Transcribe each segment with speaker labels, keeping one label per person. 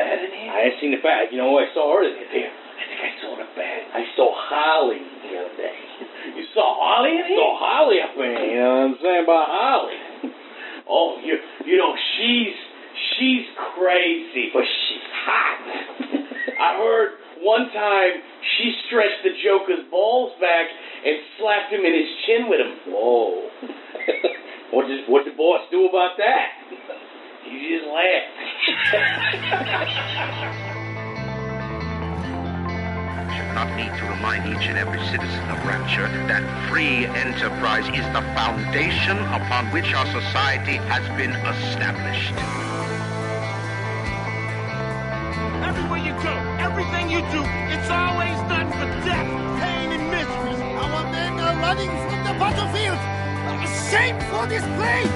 Speaker 1: I seen the bat. You know, I saw her the other day. I think I saw the bat. I saw Holly the other day.
Speaker 2: You saw Holly in
Speaker 1: I saw Holly up in here. You know what I'm saying about Holly?
Speaker 2: Oh, you you know she's she's crazy, but she's hot. I heard one time she stretched the Joker's balls back and slapped him in his chin with him.
Speaker 1: Whoa. what does what the boss do about that?
Speaker 2: He just laughed.
Speaker 3: should not need to remind each and every citizen of Rapture that free enterprise is the foundation upon which our society has been established.
Speaker 4: Everywhere you go, everything you do, it's always nothing but death, pain, and misery. Our men are running from the battlefield. A shameful display!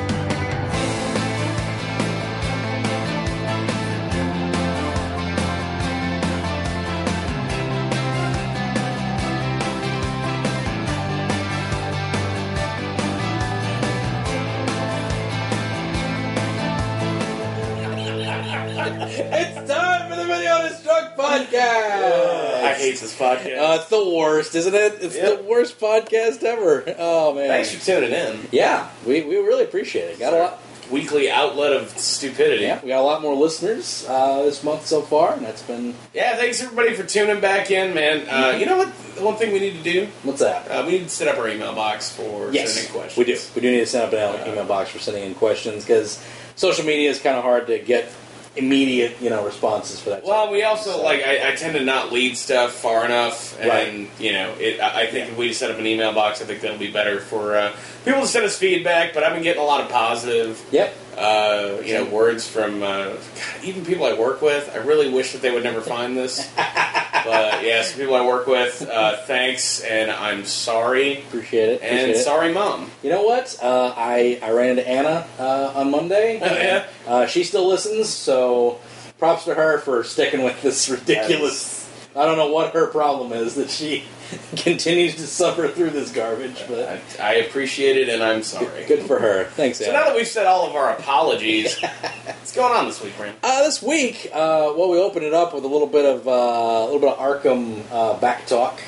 Speaker 5: It's time for the Video Destruct Podcast!
Speaker 2: I hate this podcast.
Speaker 5: Uh, it's the worst, isn't it? It's
Speaker 6: Yep.
Speaker 5: the worst podcast ever. Oh, man.
Speaker 6: Thanks for tuning in.
Speaker 5: Yeah, we, we really appreciate it. Got a lot.
Speaker 6: Weekly outlet of stupidity.
Speaker 5: Yeah, we got a lot more listeners uh, this month so far, and that's been
Speaker 6: Yeah, thanks everybody for tuning back in, man.
Speaker 2: Mm-hmm.
Speaker 6: Uh, you know what? The one thing we need to do,
Speaker 5: what's that?
Speaker 6: uh, we need to set up our email box for sending questions.
Speaker 5: we do. We do need to send up
Speaker 6: Uh,
Speaker 5: an email box for sending in questions because social media is kind of hard to get immediate, you know, responses for that.
Speaker 6: Well, we also like I, I tend to not lead stuff far enough, and
Speaker 5: Right.
Speaker 6: you know, it, I I think if we set up an email box, I think that'll be better for uh, people to send us feedback. But I've been getting a lot of positive,
Speaker 5: Yep.
Speaker 6: uh, you know, words from uh, God, even people I work with. I really wish that they would never find this, but yeah, some people I work with. Uh, thanks, and I'm sorry,
Speaker 5: Appreciate it.
Speaker 6: and
Speaker 5: appreciate it.
Speaker 6: sorry, mom.
Speaker 5: You know what? Uh, I I ran into Anna uh, on Monday.
Speaker 6: Oh, yeah?
Speaker 5: Uh, she still listens, so props to her for sticking with this ridiculous. I don't know what her problem is that she continues to suffer through this garbage, but
Speaker 6: I, I appreciate it, and I'm sorry.
Speaker 5: good for her. Thanks,
Speaker 6: So now
Speaker 5: Anna.
Speaker 6: that we've said all of our apologies, what's going on this week, Brandon?
Speaker 5: Uh, this week, uh, well, we opened it up with a little bit of uh, a little bit of Arkham uh, back talk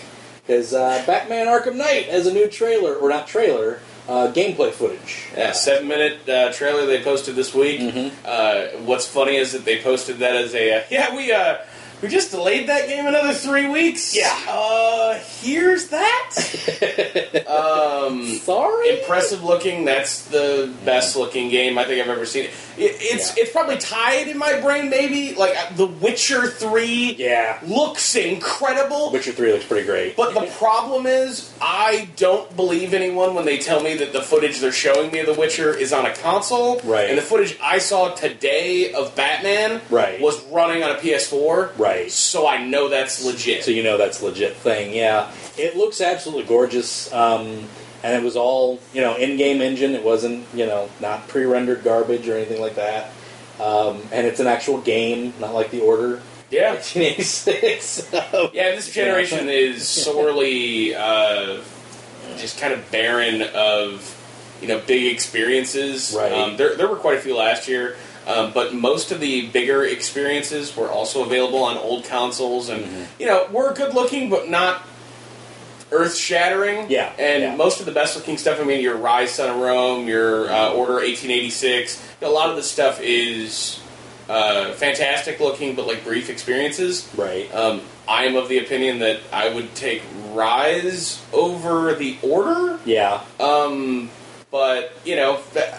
Speaker 5: because uh, Batman Arkham Knight has a new trailer, or not trailer, uh, gameplay footage.
Speaker 6: Yeah, seven minute uh, trailer they posted this week.
Speaker 5: Mm-hmm.
Speaker 6: Uh, what's funny is that they posted that as a uh, yeah we uh, we just delayed that game another three weeks.
Speaker 5: Yeah.
Speaker 6: uh, here's that. um,
Speaker 5: Sorry.
Speaker 6: impressive looking. That's the best looking game I think I've ever seen. It, it's it's probably tied in my brain maybe like uh, The Witcher Three.
Speaker 5: Yeah.
Speaker 6: looks incredible.
Speaker 5: Witcher Three looks pretty great.
Speaker 6: But the problem is, I don't believe anyone when they tell me that the footage they're showing me of The Witcher is on a console.
Speaker 5: Right.
Speaker 6: And the footage I saw today of Batman
Speaker 5: Right.
Speaker 6: was running on a PS4.
Speaker 5: Right.
Speaker 6: So I know that's legit.
Speaker 5: so you know that's a legit thing. Yeah, it looks absolutely gorgeous, um, and it was all you know in-game engine. It wasn't you know not pre-rendered garbage or anything like that. Um, and it's an actual game, not like the Order
Speaker 6: yeah.
Speaker 5: 1986. So-
Speaker 6: Yeah, this generation is sorely uh, just kind of barren of you know big experiences.
Speaker 5: Right.
Speaker 6: Um, there, there were quite a few last year, um, but most of the bigger experiences were also available on old consoles, and
Speaker 5: Mm-hmm.
Speaker 6: you know were good looking, but not earth shattering.
Speaker 5: Yeah,
Speaker 6: and
Speaker 5: yeah.
Speaker 6: most of the best looking stuff. I mean, your Rise Son of Rome, your uh,
Speaker 5: Mm-hmm.
Speaker 6: Order 1886. A lot of this stuff is. Uh, fantastic looking, but like brief experiences.
Speaker 5: Right. uh,
Speaker 6: Um, I am of the opinion that I would take Rise over the Order,
Speaker 5: Yeah.
Speaker 6: but you know, th-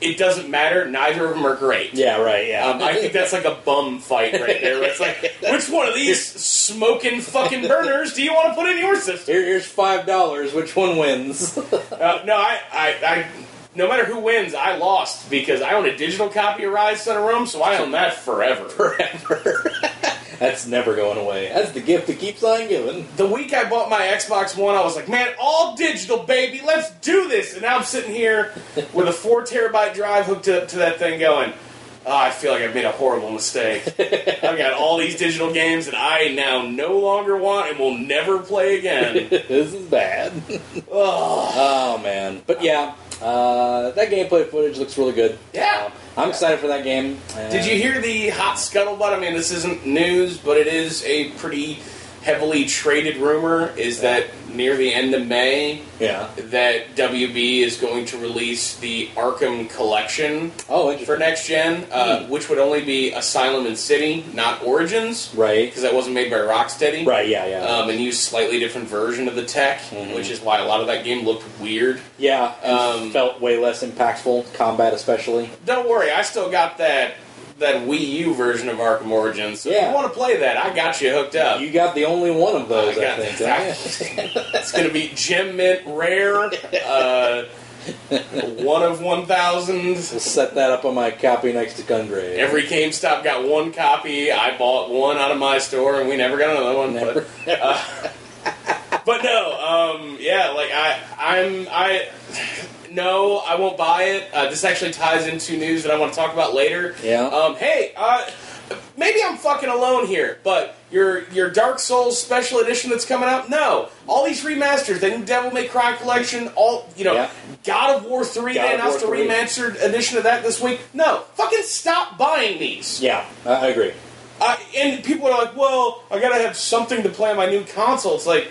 Speaker 6: it doesn't matter. Neither of them are great.
Speaker 5: Yeah. Right. Yeah.
Speaker 6: Um, I think that's like a bum fight right there. It's like, which one of these smoking fucking burners do you want to put in your system?
Speaker 5: Here, here's five dollars. Which one wins?
Speaker 6: Uh, no, I, I, I, no matter who wins, I lost because I own a digital copy of Rise Son of Rome, so I own that forever.
Speaker 5: Forever. that's never going away. That's the gift that keeps on giving.
Speaker 6: The week I bought my Xbox One, I was like, man, all digital, baby, let's do this. And now I'm sitting here with a four terabyte drive hooked up to that thing going, oh, I feel like I've made a horrible mistake. I've got all these digital games that I now no longer want and will never play again.
Speaker 5: this is bad. oh man, but yeah, Uh, that gameplay footage looks really good.
Speaker 6: Yeah.
Speaker 5: Um, I'm excited for that game. and-
Speaker 6: Did you hear the hot scuttlebutt? I mean, this isn't news, but it is a pretty heavily traded rumor. Is that near the end of May
Speaker 5: Yeah.
Speaker 6: that WB is going to release the Arkham Collection
Speaker 5: Oh, interesting.
Speaker 6: for next gen, uh,
Speaker 5: Hmm.
Speaker 6: which would only be Asylum and City, not Origins,
Speaker 5: Right.
Speaker 6: because that wasn't made by Rocksteady.
Speaker 5: Right. Mm-hmm. Yeah. Yeah.
Speaker 6: Um, and use slightly different version of the tech, which is why a lot of that game looked weird.
Speaker 5: yeah. and
Speaker 6: um,
Speaker 5: felt way less impactful. Combat, especially.
Speaker 6: Don't worry, I still got that that Wii U version of Arkham Origins. So if
Speaker 5: Yeah.
Speaker 6: you want to play that, I got you hooked up.
Speaker 5: You got the only one of those,
Speaker 6: I
Speaker 5: I,
Speaker 6: got
Speaker 5: think.
Speaker 6: It's going to be gem mint rare, uh, one of one thousand.
Speaker 5: We'll set that up on my copy next to Gungrave.
Speaker 6: Every GameStop got one copy. I bought one out of my store, and we never got another one.
Speaker 5: Never.
Speaker 6: But, uh, but no, um, yeah, like I, I'm, I, no, I won't buy it. Uh, this actually ties into news that I want to talk about later.
Speaker 5: Yeah.
Speaker 6: Um, hey, uh, maybe I'm fucking alone here, but your your Dark Souls special edition that's coming out, no, all these remasters, the new Devil May Cry collection, all you know,
Speaker 5: Yeah.
Speaker 6: God of War three,
Speaker 5: God
Speaker 6: they
Speaker 5: of War
Speaker 6: announced the
Speaker 5: 3.
Speaker 6: remastered edition of that this week. No, fucking stop buying these.
Speaker 5: Yeah, I I agree.
Speaker 6: Uh, and people are like, well, I gotta have something to play on my new console. It's like,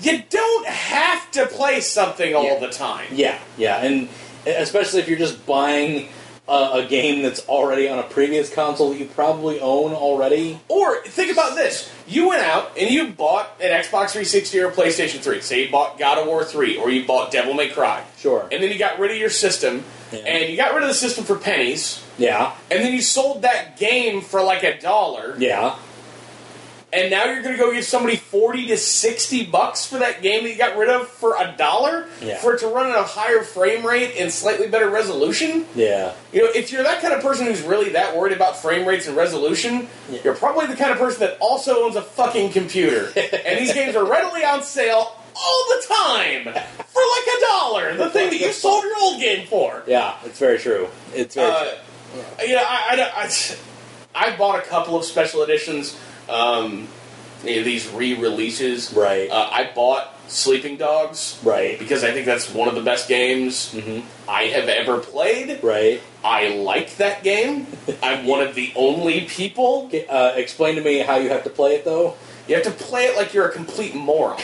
Speaker 6: you don't have to play something all
Speaker 5: Yeah.
Speaker 6: the time.
Speaker 5: Yeah, yeah, and especially if you're just buying a, a game that's already on a previous console that you probably own already.
Speaker 6: Or think about this: you went out and you bought an Xbox 360 or a PlayStation 3. Say you bought God of War 3, or you bought Devil May Cry.
Speaker 5: Sure.
Speaker 6: And then you got rid of your system,
Speaker 5: Yeah.
Speaker 6: and you got rid of the system for pennies,
Speaker 5: Yeah,
Speaker 6: and then you sold that game for like a dollar.
Speaker 5: yeah,
Speaker 6: and now you're going to go give somebody 40 to 60 bucks for that game that you got rid of for a dollar
Speaker 5: Yeah.
Speaker 6: for it to run at a higher frame rate and slightly better resolution
Speaker 5: yeah.
Speaker 6: you know if you're that kind of person who's really that worried about frame rates and resolution
Speaker 5: Yeah.
Speaker 6: you're probably the kind of person that also owns a fucking computer and these games are readily on sale all the time for like a dollar the thing that you sold your old game for
Speaker 5: Yeah, it's very true. It's very
Speaker 6: uh,
Speaker 5: true.
Speaker 6: yeah, I, I don't- I- I bought a couple of special editions, um, you know, these re-releases.
Speaker 5: Right.
Speaker 6: Uh, I bought Sleeping Dogs
Speaker 5: Right, Mm-hmm.
Speaker 6: because I think that's one of the best games I have ever played.
Speaker 5: right.
Speaker 6: I like that game. I'm one of the only people.
Speaker 5: Okay, Uh, explain to me how you have to play it, though.
Speaker 6: You have to play it like you're a complete moron.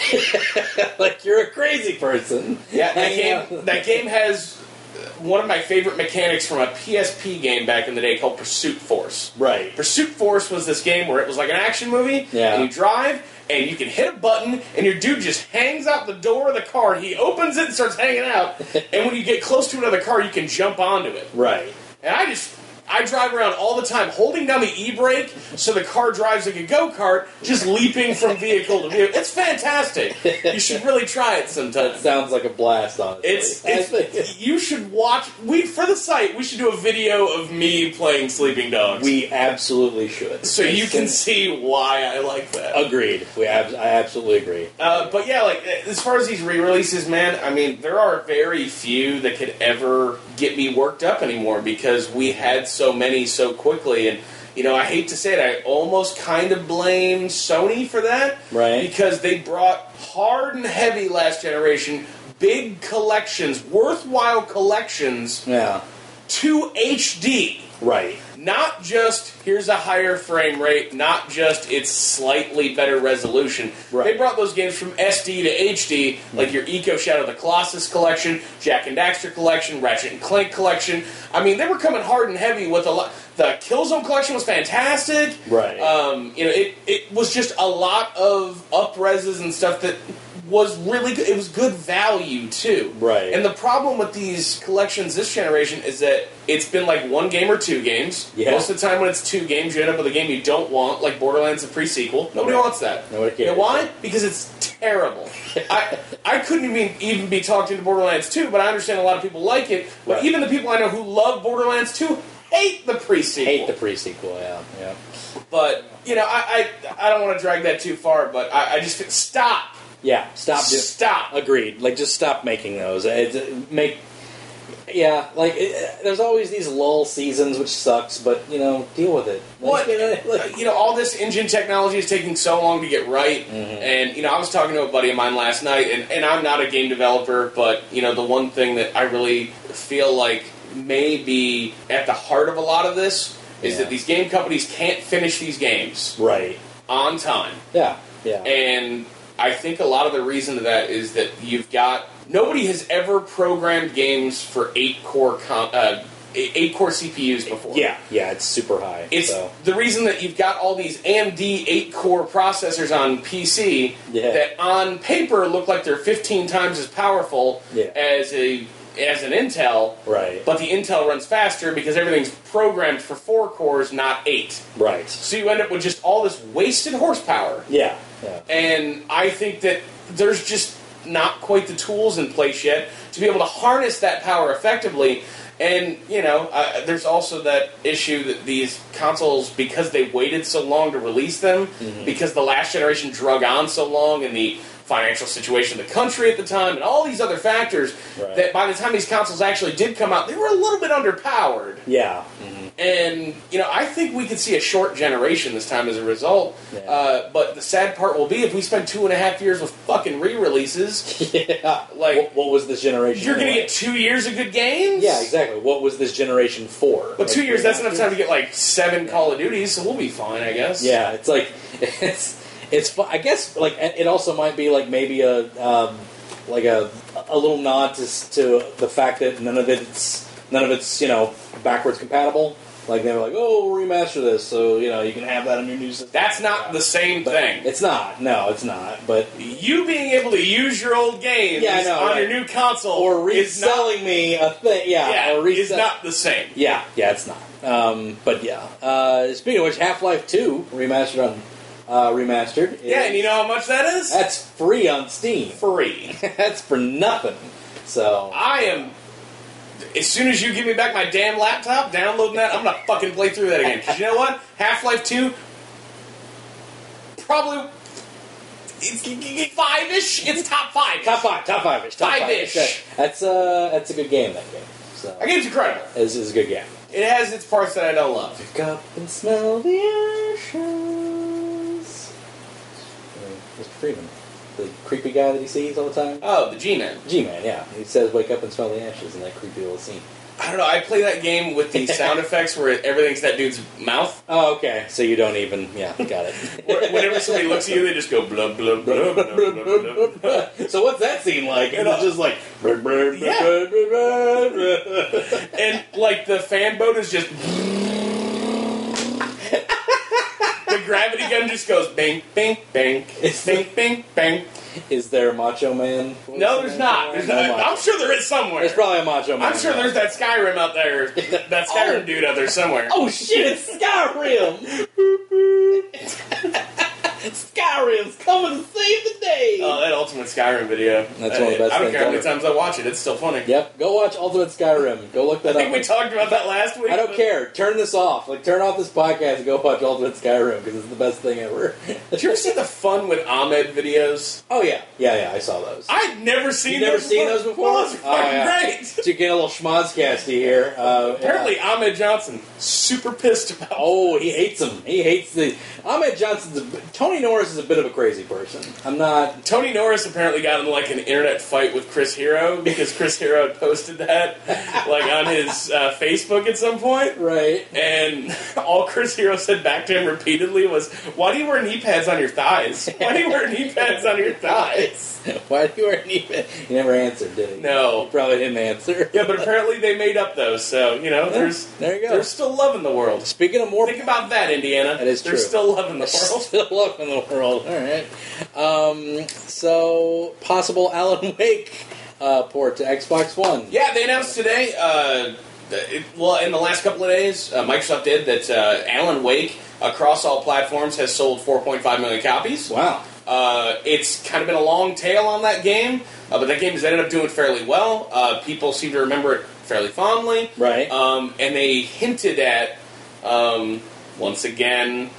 Speaker 5: like you're a crazy person.
Speaker 6: Yeah, that
Speaker 5: Hanging
Speaker 6: game.
Speaker 5: out-
Speaker 6: That game has uh, one of my favorite mechanics from a PSP game back in the day called Pursuit Force.
Speaker 5: Right.
Speaker 6: Pursuit Force was this game where it was like an action movie,
Speaker 5: Yeah.
Speaker 6: and you drive, and you can hit a button, and your dude just hangs out the door of the car. He opens it and starts hanging out, and when you get close to another car, you can jump onto it.
Speaker 5: Right.
Speaker 6: And I just. I drive around all the time holding down the e brake so the car drives like a go kart, just leaping from vehicle to vehicle. It's fantastic. You should really try it sometime.
Speaker 5: Sounds like a blast, honestly.
Speaker 6: It's,
Speaker 5: I think-
Speaker 6: it's you should watch we for the site we should do a video of me playing Sleeping Dogs.
Speaker 5: we absolutely should.
Speaker 6: so you can see why I like that.
Speaker 5: Agreed. We ab- I absolutely agree.
Speaker 6: Uh, but yeah, like as far as these re-releases, man, I mean there are very few that could ever get me worked up anymore because we had so many so quickly and. You know, I hate to say it, I almost kind of blame Sony for that.
Speaker 5: Right.
Speaker 6: Because they brought hard and heavy last generation, big collections, worthwhile collections,
Speaker 5: Yeah.
Speaker 6: to HD.
Speaker 5: Right.
Speaker 6: Not just here's a higher frame rate, not just it's slightly better resolution.
Speaker 5: Right.
Speaker 6: They brought those games from SD to HD, like your Eco Shadow of the Colossus collection, Jack and Daxter collection, Ratchet and Clank collection. I mean, they were coming hard and heavy with a lot. The Killzone collection was fantastic.
Speaker 5: Right.
Speaker 6: Um, you know, it, it was just a lot of upreses and stuff that was really good. It was good value too.
Speaker 5: Right.
Speaker 6: And the problem with these collections this generation is that it's been like one game or two games.
Speaker 5: Yeah.
Speaker 6: Most of the time, when it's two games, you end up with a game you don't want, like Borderlands, the prequel. Nobody
Speaker 5: Right.
Speaker 6: wants that.
Speaker 5: Nobody
Speaker 6: You know
Speaker 5: cares.
Speaker 6: why? Because it's terrible. I I couldn't even even be talked into Borderlands 2, but I understand a lot of people like it. But
Speaker 5: Right.
Speaker 6: even the people I know who love Borderlands 2 hate the prequel.
Speaker 5: Hate the prequel. Yeah. Yeah.
Speaker 6: But you know, I I, I don't want to drag that too far, but I, I just stop,
Speaker 5: Yeah. Stop. do-
Speaker 6: stop.
Speaker 5: Agreed. Like, just stop making those. It's, Uh, make yeah, like it, there's always these lull seasons, which sucks, but you know, deal with it. Like,
Speaker 6: What
Speaker 5: you know,
Speaker 6: uh,
Speaker 5: like-
Speaker 6: you know, all this engine technology is taking so long to get right.
Speaker 5: Mm-hmm.
Speaker 6: And you know, I was talking to a buddy of mine last night, and, and I'm not a game developer, but you know, the one thing that I really feel like may be at the heart of a lot of this is
Speaker 5: Yeah.
Speaker 6: that these game companies can't finish these games
Speaker 5: right?
Speaker 6: on time.
Speaker 5: Yeah, yeah.
Speaker 6: And I think a lot of the reason to that is that you've got nobody has ever programmed games for eight core com- uh, eight core CPUs before.
Speaker 5: Yeah, yeah, it's super high.
Speaker 6: It's
Speaker 5: so.
Speaker 6: the reason that you've got all these AMD 8 core processors on PC
Speaker 5: Yeah.
Speaker 6: that on paper look like they're 15 times as powerful
Speaker 5: Yeah.
Speaker 6: as a as an Intel,
Speaker 5: right,
Speaker 6: but the Intel runs faster because everything's programmed for 4 cores, not 8.
Speaker 5: right.
Speaker 6: So you end up with just all this wasted horsepower.
Speaker 5: Yeah, yeah,
Speaker 6: And I think that there's just not quite the tools in place yet to be able to harness that power effectively. And, you know, uh, there's also that issue that these consoles, because they waited so long to release them, because the last generation drug on so long and the financial situation of the country at the time and all these other factors,
Speaker 5: Right.
Speaker 6: that by the time these consoles actually did come out, they were a little bit underpowered.
Speaker 5: yeah.
Speaker 6: Mm-hmm. And you know, I think we could see a short generation this time as a result.
Speaker 5: Yeah.
Speaker 6: Uh, but the sad part will be if we spend two and a half years with fucking re-releases,
Speaker 5: yeah.
Speaker 6: Like-
Speaker 5: what, what was this generation?
Speaker 6: you're gonna
Speaker 5: anyway?
Speaker 6: get two years of good games.
Speaker 5: Yeah, exactly. What was this generation for?
Speaker 6: But
Speaker 5: Like,
Speaker 6: two years, that's enough time to get like seven Call of Duties, so we'll be fine, I guess.
Speaker 5: Yeah, it's like it's it's. fu- I guess like it also might be like maybe a um, like a a little nod to s- to the fact that none of it's none of it's you know backwards compatible. Like they were like, oh, we'll remaster this, so you know you can have that on your new system.
Speaker 6: That's not the same
Speaker 5: But
Speaker 6: thing.
Speaker 5: It's not. No, it's not. But
Speaker 6: You being able to use your old games
Speaker 5: Yeah, I know,
Speaker 6: on
Speaker 5: right.
Speaker 6: your new console
Speaker 5: or
Speaker 6: is not-
Speaker 5: reselling me a thing. Yeah,
Speaker 6: yeah,
Speaker 5: or
Speaker 6: is
Speaker 5: resell-
Speaker 6: not the same.
Speaker 5: Yeah, yeah, it's not. Um, but yeah. Uh, speaking of which, Half Life Two remastered on uh, remastered. is-
Speaker 6: Yeah, and you know how much that is?
Speaker 5: that's free on Steam.
Speaker 6: free.
Speaker 5: that's for nothing. So
Speaker 6: I am. As soon as you give me back my damn laptop, downloading that, I'm gonna fucking play through that again. 'Cause you know what? Half Life Two, probably it's five ish. It's top five.
Speaker 5: top five, top five ish, top five
Speaker 6: Five-ish.
Speaker 5: ish. That's uh, that's a good game. That game. So
Speaker 6: I give it to credit.
Speaker 5: is is a good game.
Speaker 6: It has its parts that I don't love.
Speaker 5: Pick up and smell the ashes. Uh, Mr. Freeman, the creepy guy that he sees all the time. Uh,
Speaker 6: Oh, the G-Man.
Speaker 5: G-man, yeah. He says, "Wake up and smell the ashes," in that creepy little scene.
Speaker 6: I don't know. I play that game with the sound effects where everything's that dude's mouth.
Speaker 5: Oh, okay. So you don't even, yeah, got
Speaker 6: Where-
Speaker 5: it.
Speaker 6: Whenever somebody looks at you, they just go blah blah blah blah blah. blah, blah.
Speaker 5: so what's that scene like? And it's just like,
Speaker 6: And like the fan boat is just. the gravity gun just goes bang, bang, bang,
Speaker 5: It's-
Speaker 6: bang, bang, bang.
Speaker 5: is there a Macho Man?
Speaker 6: No, there's not. There's
Speaker 5: No
Speaker 6: not.
Speaker 5: Macho.
Speaker 6: I'm sure there is somewhere.
Speaker 5: There's probably a Macho Man.
Speaker 6: I'm sure there's that Skyrim out there, that Skyrim dude out there somewhere.
Speaker 5: Oh shit! It's Skyrim. Skyrim's coming to save the day.
Speaker 6: Oh, that Ultimate Skyrim video.
Speaker 5: That's one of the best
Speaker 6: I don't
Speaker 5: things
Speaker 6: care how many
Speaker 5: ever.
Speaker 6: times I watch it; it's still funny.
Speaker 5: yep. Go watch Ultimate Skyrim. Go look that
Speaker 6: I think
Speaker 5: up.
Speaker 6: we talked about that last week.
Speaker 5: I don't
Speaker 6: but-
Speaker 5: care. Turn this off. Like, turn off this podcast and go watch Ultimate Skyrim because it's the best thing ever.
Speaker 6: Did you ever see the fun with Ahmed videos?
Speaker 5: oh yeah, yeah, yeah. I saw those.
Speaker 6: I'd never seen.
Speaker 5: never
Speaker 6: those
Speaker 5: seen
Speaker 6: before.
Speaker 5: those before?
Speaker 6: Well, those are
Speaker 5: Oh,
Speaker 6: fucking
Speaker 5: yeah.
Speaker 6: great.
Speaker 5: to get a little schmozcasty here. Uh,
Speaker 6: Apparently,
Speaker 5: yeah.
Speaker 6: Ahmed Johnson super pissed about.
Speaker 5: Oh, he hates him. He hates the. Ahmed Johnson's. A, Tony Norris is a bit of a crazy person. I'm not.
Speaker 6: Tony Norris apparently got in like an internet fight with Chris Hero because Chris Hero had posted that like on his uh, Facebook at some point,
Speaker 5: Right.
Speaker 6: and all Chris Hero said back to him repeatedly was, "Why do you wear knee pads on your thighs? Why do you wear knee pads on your thighs?"
Speaker 5: Why do you weren't even. He never answered, did he? He
Speaker 6: No.
Speaker 5: probably didn't answer.
Speaker 6: Yeah, but apparently they made up those, so you know, there's
Speaker 5: There you go.
Speaker 6: there's still love in the world.
Speaker 5: Speaking of more.
Speaker 6: Think about that, Indiana.
Speaker 5: That is
Speaker 6: There's
Speaker 5: true.
Speaker 6: still love in the world.
Speaker 5: Still up in the world. All right. Um, so, possible Alan Wake uh, port to Xbox One.
Speaker 6: Yeah, they announced today. Uh, it, well, in the last couple of days, uh, Microsoft did that. Uh, Alan Wake across all platforms has sold 4.5 million copies.
Speaker 5: Wow.
Speaker 6: Uh, it's kind of been a long tail on that game, uh, but that game has ended up doing fairly well. Uh, people seem to remember it fairly fondly,
Speaker 5: Right.
Speaker 6: Um, and they hinted at um, once again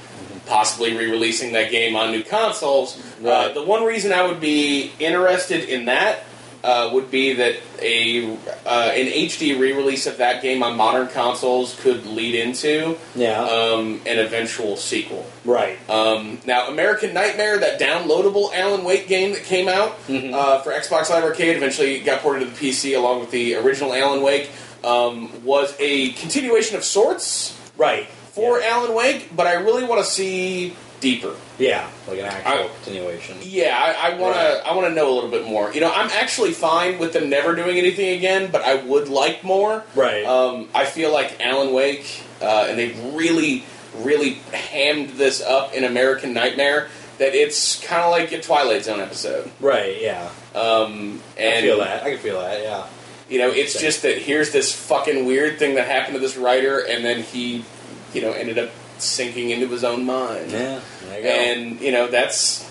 Speaker 6: possibly re-releasing that game on new consoles. Uh,
Speaker 5: Right.
Speaker 6: the one reason I would be interested in that uh, would be that a uh, an HD re-release of that game on modern consoles could lead into
Speaker 5: Yeah.
Speaker 6: um, an eventual sequel.
Speaker 5: right.
Speaker 6: Um, now, American Nightmare, that downloadable Alan Wake game that came out
Speaker 5: Mm-hmm.
Speaker 6: uh, for Xbox Live Arcade, eventually got ported to the PC along with the original Alan Wake, um, was a continuation of sorts
Speaker 5: Right.
Speaker 6: for
Speaker 5: yeah.
Speaker 6: Alan Wake, but I really want to see deeper.
Speaker 5: yeah, like an actual
Speaker 6: I-
Speaker 5: continuation.
Speaker 6: Yeah, I, I wanna
Speaker 5: Right.
Speaker 6: I wanna know a little bit more. You know, I'm actually fine with them never doing anything again, but I would like more.
Speaker 5: Right.
Speaker 6: Um, I feel like Alan Wake, uh, and they really, really hammed this up in American Nightmare. That it's kind of like a Twilight Zone episode.
Speaker 5: Right. Yeah.
Speaker 6: Um, and
Speaker 5: I feel that. I can feel that. Yeah.
Speaker 6: you know, it's just that here's this fucking weird thing that happened to this writer, and then he, you know, ended up sinking into his own mind.
Speaker 5: Yeah. There you go.
Speaker 6: And you know, that's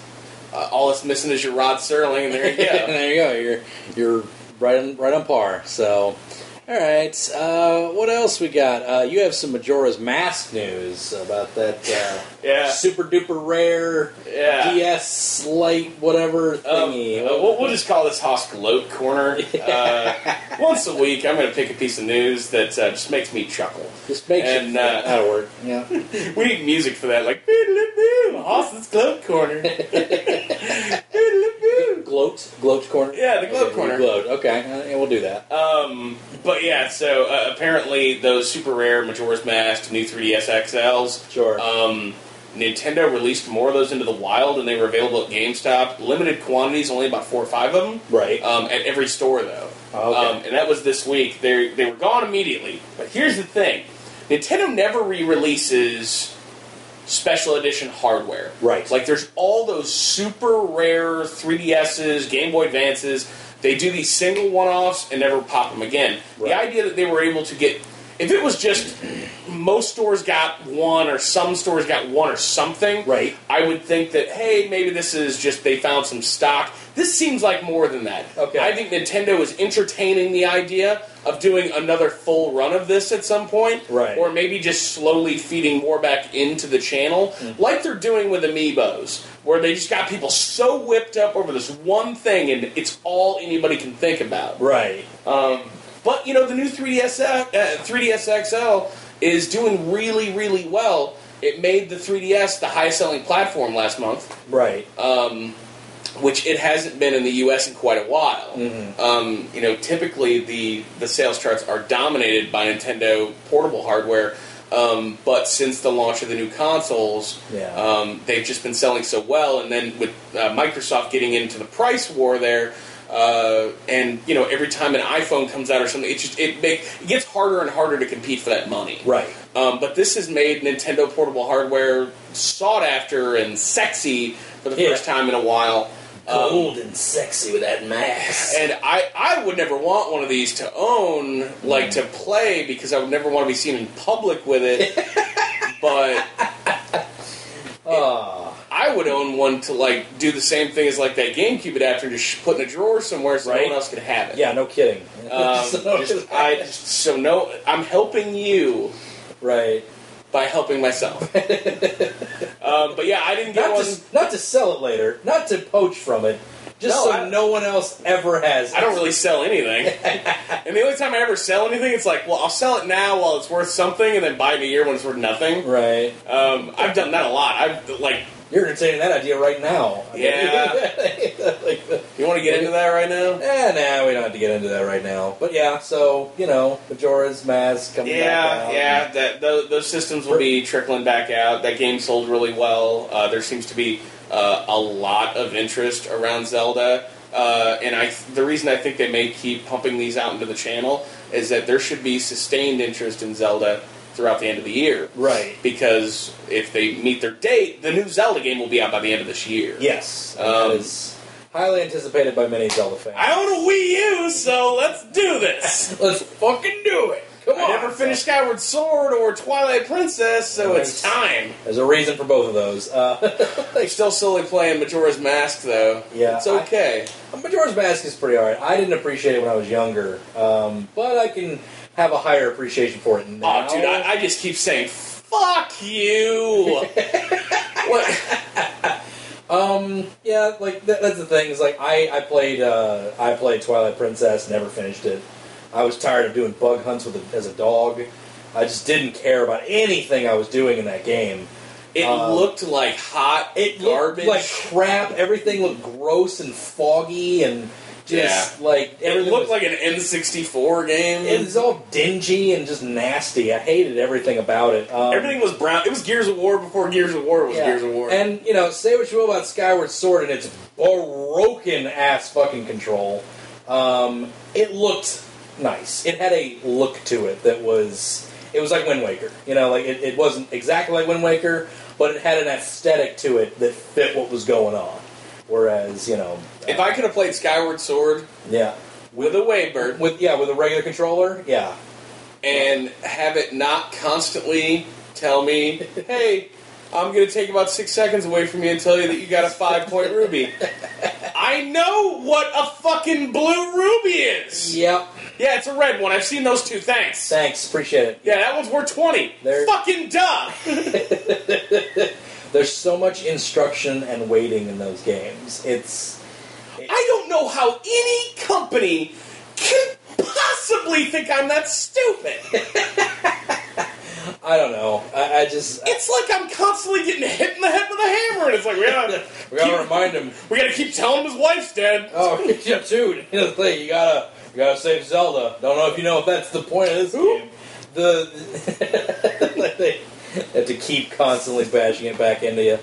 Speaker 6: uh, all it's missing is your Rod Serling, and there you go.
Speaker 5: there you go. You're you're right on right on par. So, all right. Uh, what else we got? Uh, you have some Majora's Mask news about that uh,
Speaker 6: Yeah.
Speaker 5: super duper rare
Speaker 6: Yeah.
Speaker 5: DS light whatever
Speaker 6: Um,
Speaker 5: thingy. Oh,
Speaker 6: uh, we'll, we'll just call this Hosk Gloat Corner. Uh, once a week, I'm going to pick a piece of news that uh, just makes me chuckle.
Speaker 5: just make sure
Speaker 6: and, uh,
Speaker 5: that'll work. Yeah.
Speaker 6: We need music for that, like "Doodle-a-boo, Hosk's Gloat Corner. Doodle-a-boo.
Speaker 5: Gloat, gloat corner.
Speaker 6: Yeah, the gloat
Speaker 5: Okay,
Speaker 6: corner.
Speaker 5: Gloat. Okay, uh, yeah, we'll do that.
Speaker 6: um, but yeah, so uh, apparently those super rare Majora's Mask, new 3DS XLs,
Speaker 5: Sure.
Speaker 6: um, Nintendo released more of those into the wild, and they were available at GameStop. Limited quantities, only about four or five of them.
Speaker 5: right.
Speaker 6: um, at every store though.
Speaker 5: Oh, okay.
Speaker 6: Um, and that was this week. They they were gone immediately. But here's the thing: Nintendo never re-releases special edition hardware.
Speaker 5: Right.
Speaker 6: Like there's all those super rare 3DSs, Game Boy Advances. They do these single one-offs and never pop them again. The
Speaker 5: Right.
Speaker 6: idea that they were able to get if it was just most stores got one or some stores got one or something
Speaker 5: Right.
Speaker 6: I would think that hey, maybe this is just they found some stock. This seems like more than that.
Speaker 5: Okay.
Speaker 6: I think Nintendo is entertaining the idea of doing another full run of this at some point,
Speaker 5: Right.
Speaker 6: Or maybe just slowly feeding more back into the channel,
Speaker 5: Mm.
Speaker 6: like they're doing with Amiibos, where they just got people so whipped up over this one thing, and it's all anybody can think about.
Speaker 5: right.
Speaker 6: But you know, the new 3DS uh, 3DS XL is doing really, really well. It made the 3DS the highest selling platform last month,
Speaker 5: Right.
Speaker 6: uh, which it hasn't been in the U.S. in quite a while. Um, you know, typically the the sales charts are dominated by Nintendo portable hardware. Um, but since the launch of the new consoles,
Speaker 5: Yeah.
Speaker 6: um, they've just been selling so well, and then with uh, Microsoft getting into the price war there, uh, and you know every time an iPhone comes out or something, it just it, make, it gets harder and harder to compete for that money.
Speaker 5: right.
Speaker 6: Um, but this has made Nintendo portable hardware sought after and sexy for the
Speaker 5: Yeah.
Speaker 6: first time in a while. Um,
Speaker 5: and sexy with that mask.
Speaker 6: and I, I would never want one of these to own, like to play, because I would never want to be seen in public with it. but
Speaker 5: Ah.
Speaker 6: I would own one to like do the same thing as like that GameCube adapter, and just put in a drawer somewhere so
Speaker 5: Right.
Speaker 6: no one else could have it.
Speaker 5: yeah, no kidding.
Speaker 6: Um,
Speaker 5: So-
Speaker 6: just, I just, so no, I'm helping you
Speaker 5: right.
Speaker 6: by helping myself. um, but yeah, I didn't get
Speaker 5: Not
Speaker 6: one.
Speaker 5: to, not to sell it later, not to poach from it, just
Speaker 6: No,
Speaker 5: so
Speaker 6: I-
Speaker 5: no one else ever has.
Speaker 6: I don't
Speaker 5: it.
Speaker 6: really sell anything. and the only time I ever sell anything, it's like, well, I'll sell it now while it's worth something, and then buy it in a year when it's worth nothing.
Speaker 5: Right.
Speaker 6: Um, I've done that a lot. I've like,
Speaker 5: You're entertaining that idea right now.
Speaker 6: Yeah.
Speaker 5: like,
Speaker 6: you want to get into that right now?
Speaker 5: eh, nah, we don't have to get into that right now. But yeah, so, you know, Majora's Mask coming back
Speaker 6: Yeah,
Speaker 5: out.
Speaker 6: yeah. That those, those systems will be trickling back out. That game sold really well. Uh, there seems to be uh, a lot of interest around Zelda, uh, and I the reason I think they may keep pumping these out into the channel is that there should be sustained interest in Zelda throughout the end of the year.
Speaker 5: Right.
Speaker 6: Because if they meet their date, the new Zelda game will be out by the end of this year.
Speaker 5: Yes. and
Speaker 6: Um,
Speaker 5: that is highly anticipated by many Zelda fans.
Speaker 6: I own a Wii U, so let's do this.
Speaker 5: Let's fucking do it. Come
Speaker 6: I
Speaker 5: on.
Speaker 6: never finished Skyward Sword or Twilight Princess, so it's time.
Speaker 5: There's a reason for both of those. Uh,
Speaker 6: I'm still slowly playing Majora's Mask, though.
Speaker 5: Yeah,
Speaker 6: it's okay.
Speaker 5: Majora's Mask is pretty alright. I didn't appreciate it when I was younger, um, but I can have a higher appreciation for it now.
Speaker 6: oh, dude, I, I just keep saying "fuck you." what?
Speaker 5: Um, yeah, like that, that's the thing. Is like I I played uh, I played Twilight Princess, never finished it. I was tired of doing bug hunts with a, as a dog. I just didn't care about anything I was doing in that game.
Speaker 6: It
Speaker 5: Uh,
Speaker 6: looked like hot
Speaker 5: It
Speaker 6: garbage.
Speaker 5: looked like crap. Everything looked gross and foggy and just like
Speaker 6: it
Speaker 5: everything
Speaker 6: looked
Speaker 5: was-
Speaker 6: like an N64 game.
Speaker 5: it was all dingy and just nasty. I hated everything about it. Um,
Speaker 6: Everything was brown. It was Gears of War before Gears of War was
Speaker 5: Yeah.
Speaker 6: Gears of War.
Speaker 5: And you know, say what you will about Skyward Sword and its broken ass fucking control. Um, it looked nice. It had a look to it that was it was like Wind Waker. You know, like it, it wasn't exactly like Wind Waker, but it had an aesthetic to it that fit what was going on. Whereas, you know
Speaker 6: if I could have played Skyward Sword
Speaker 5: Yeah.
Speaker 6: with a Waybird
Speaker 5: With yeah, with a regular controller, yeah.
Speaker 6: and have it not constantly tell me, hey, I'm going to take about six seconds away from you and tell you that you got a five point ruby. I know what a fucking blue ruby is.
Speaker 5: Yep.
Speaker 6: Yeah, it's a red one. I've seen those two. Thanks.
Speaker 5: Thanks, appreciate it.
Speaker 6: Yeah, that one's worth 20.
Speaker 5: There-
Speaker 6: Fucking duh.
Speaker 5: There's so much instruction and waiting in those games. It's
Speaker 6: I don't know how any company could possibly think I'm that stupid.
Speaker 5: I don't know. I, I just
Speaker 6: It's like I'm constantly getting hit in the head with a hammer, and it's like we gotta,
Speaker 5: We gotta remind him.
Speaker 6: we gotta keep telling him his wife's dead.
Speaker 5: Oh, yeah, dude. Here's the thing. You gotta, you gotta save Zelda. Don't know if you know if that's the point of this game. The like they have to keep constantly bashing it back into you.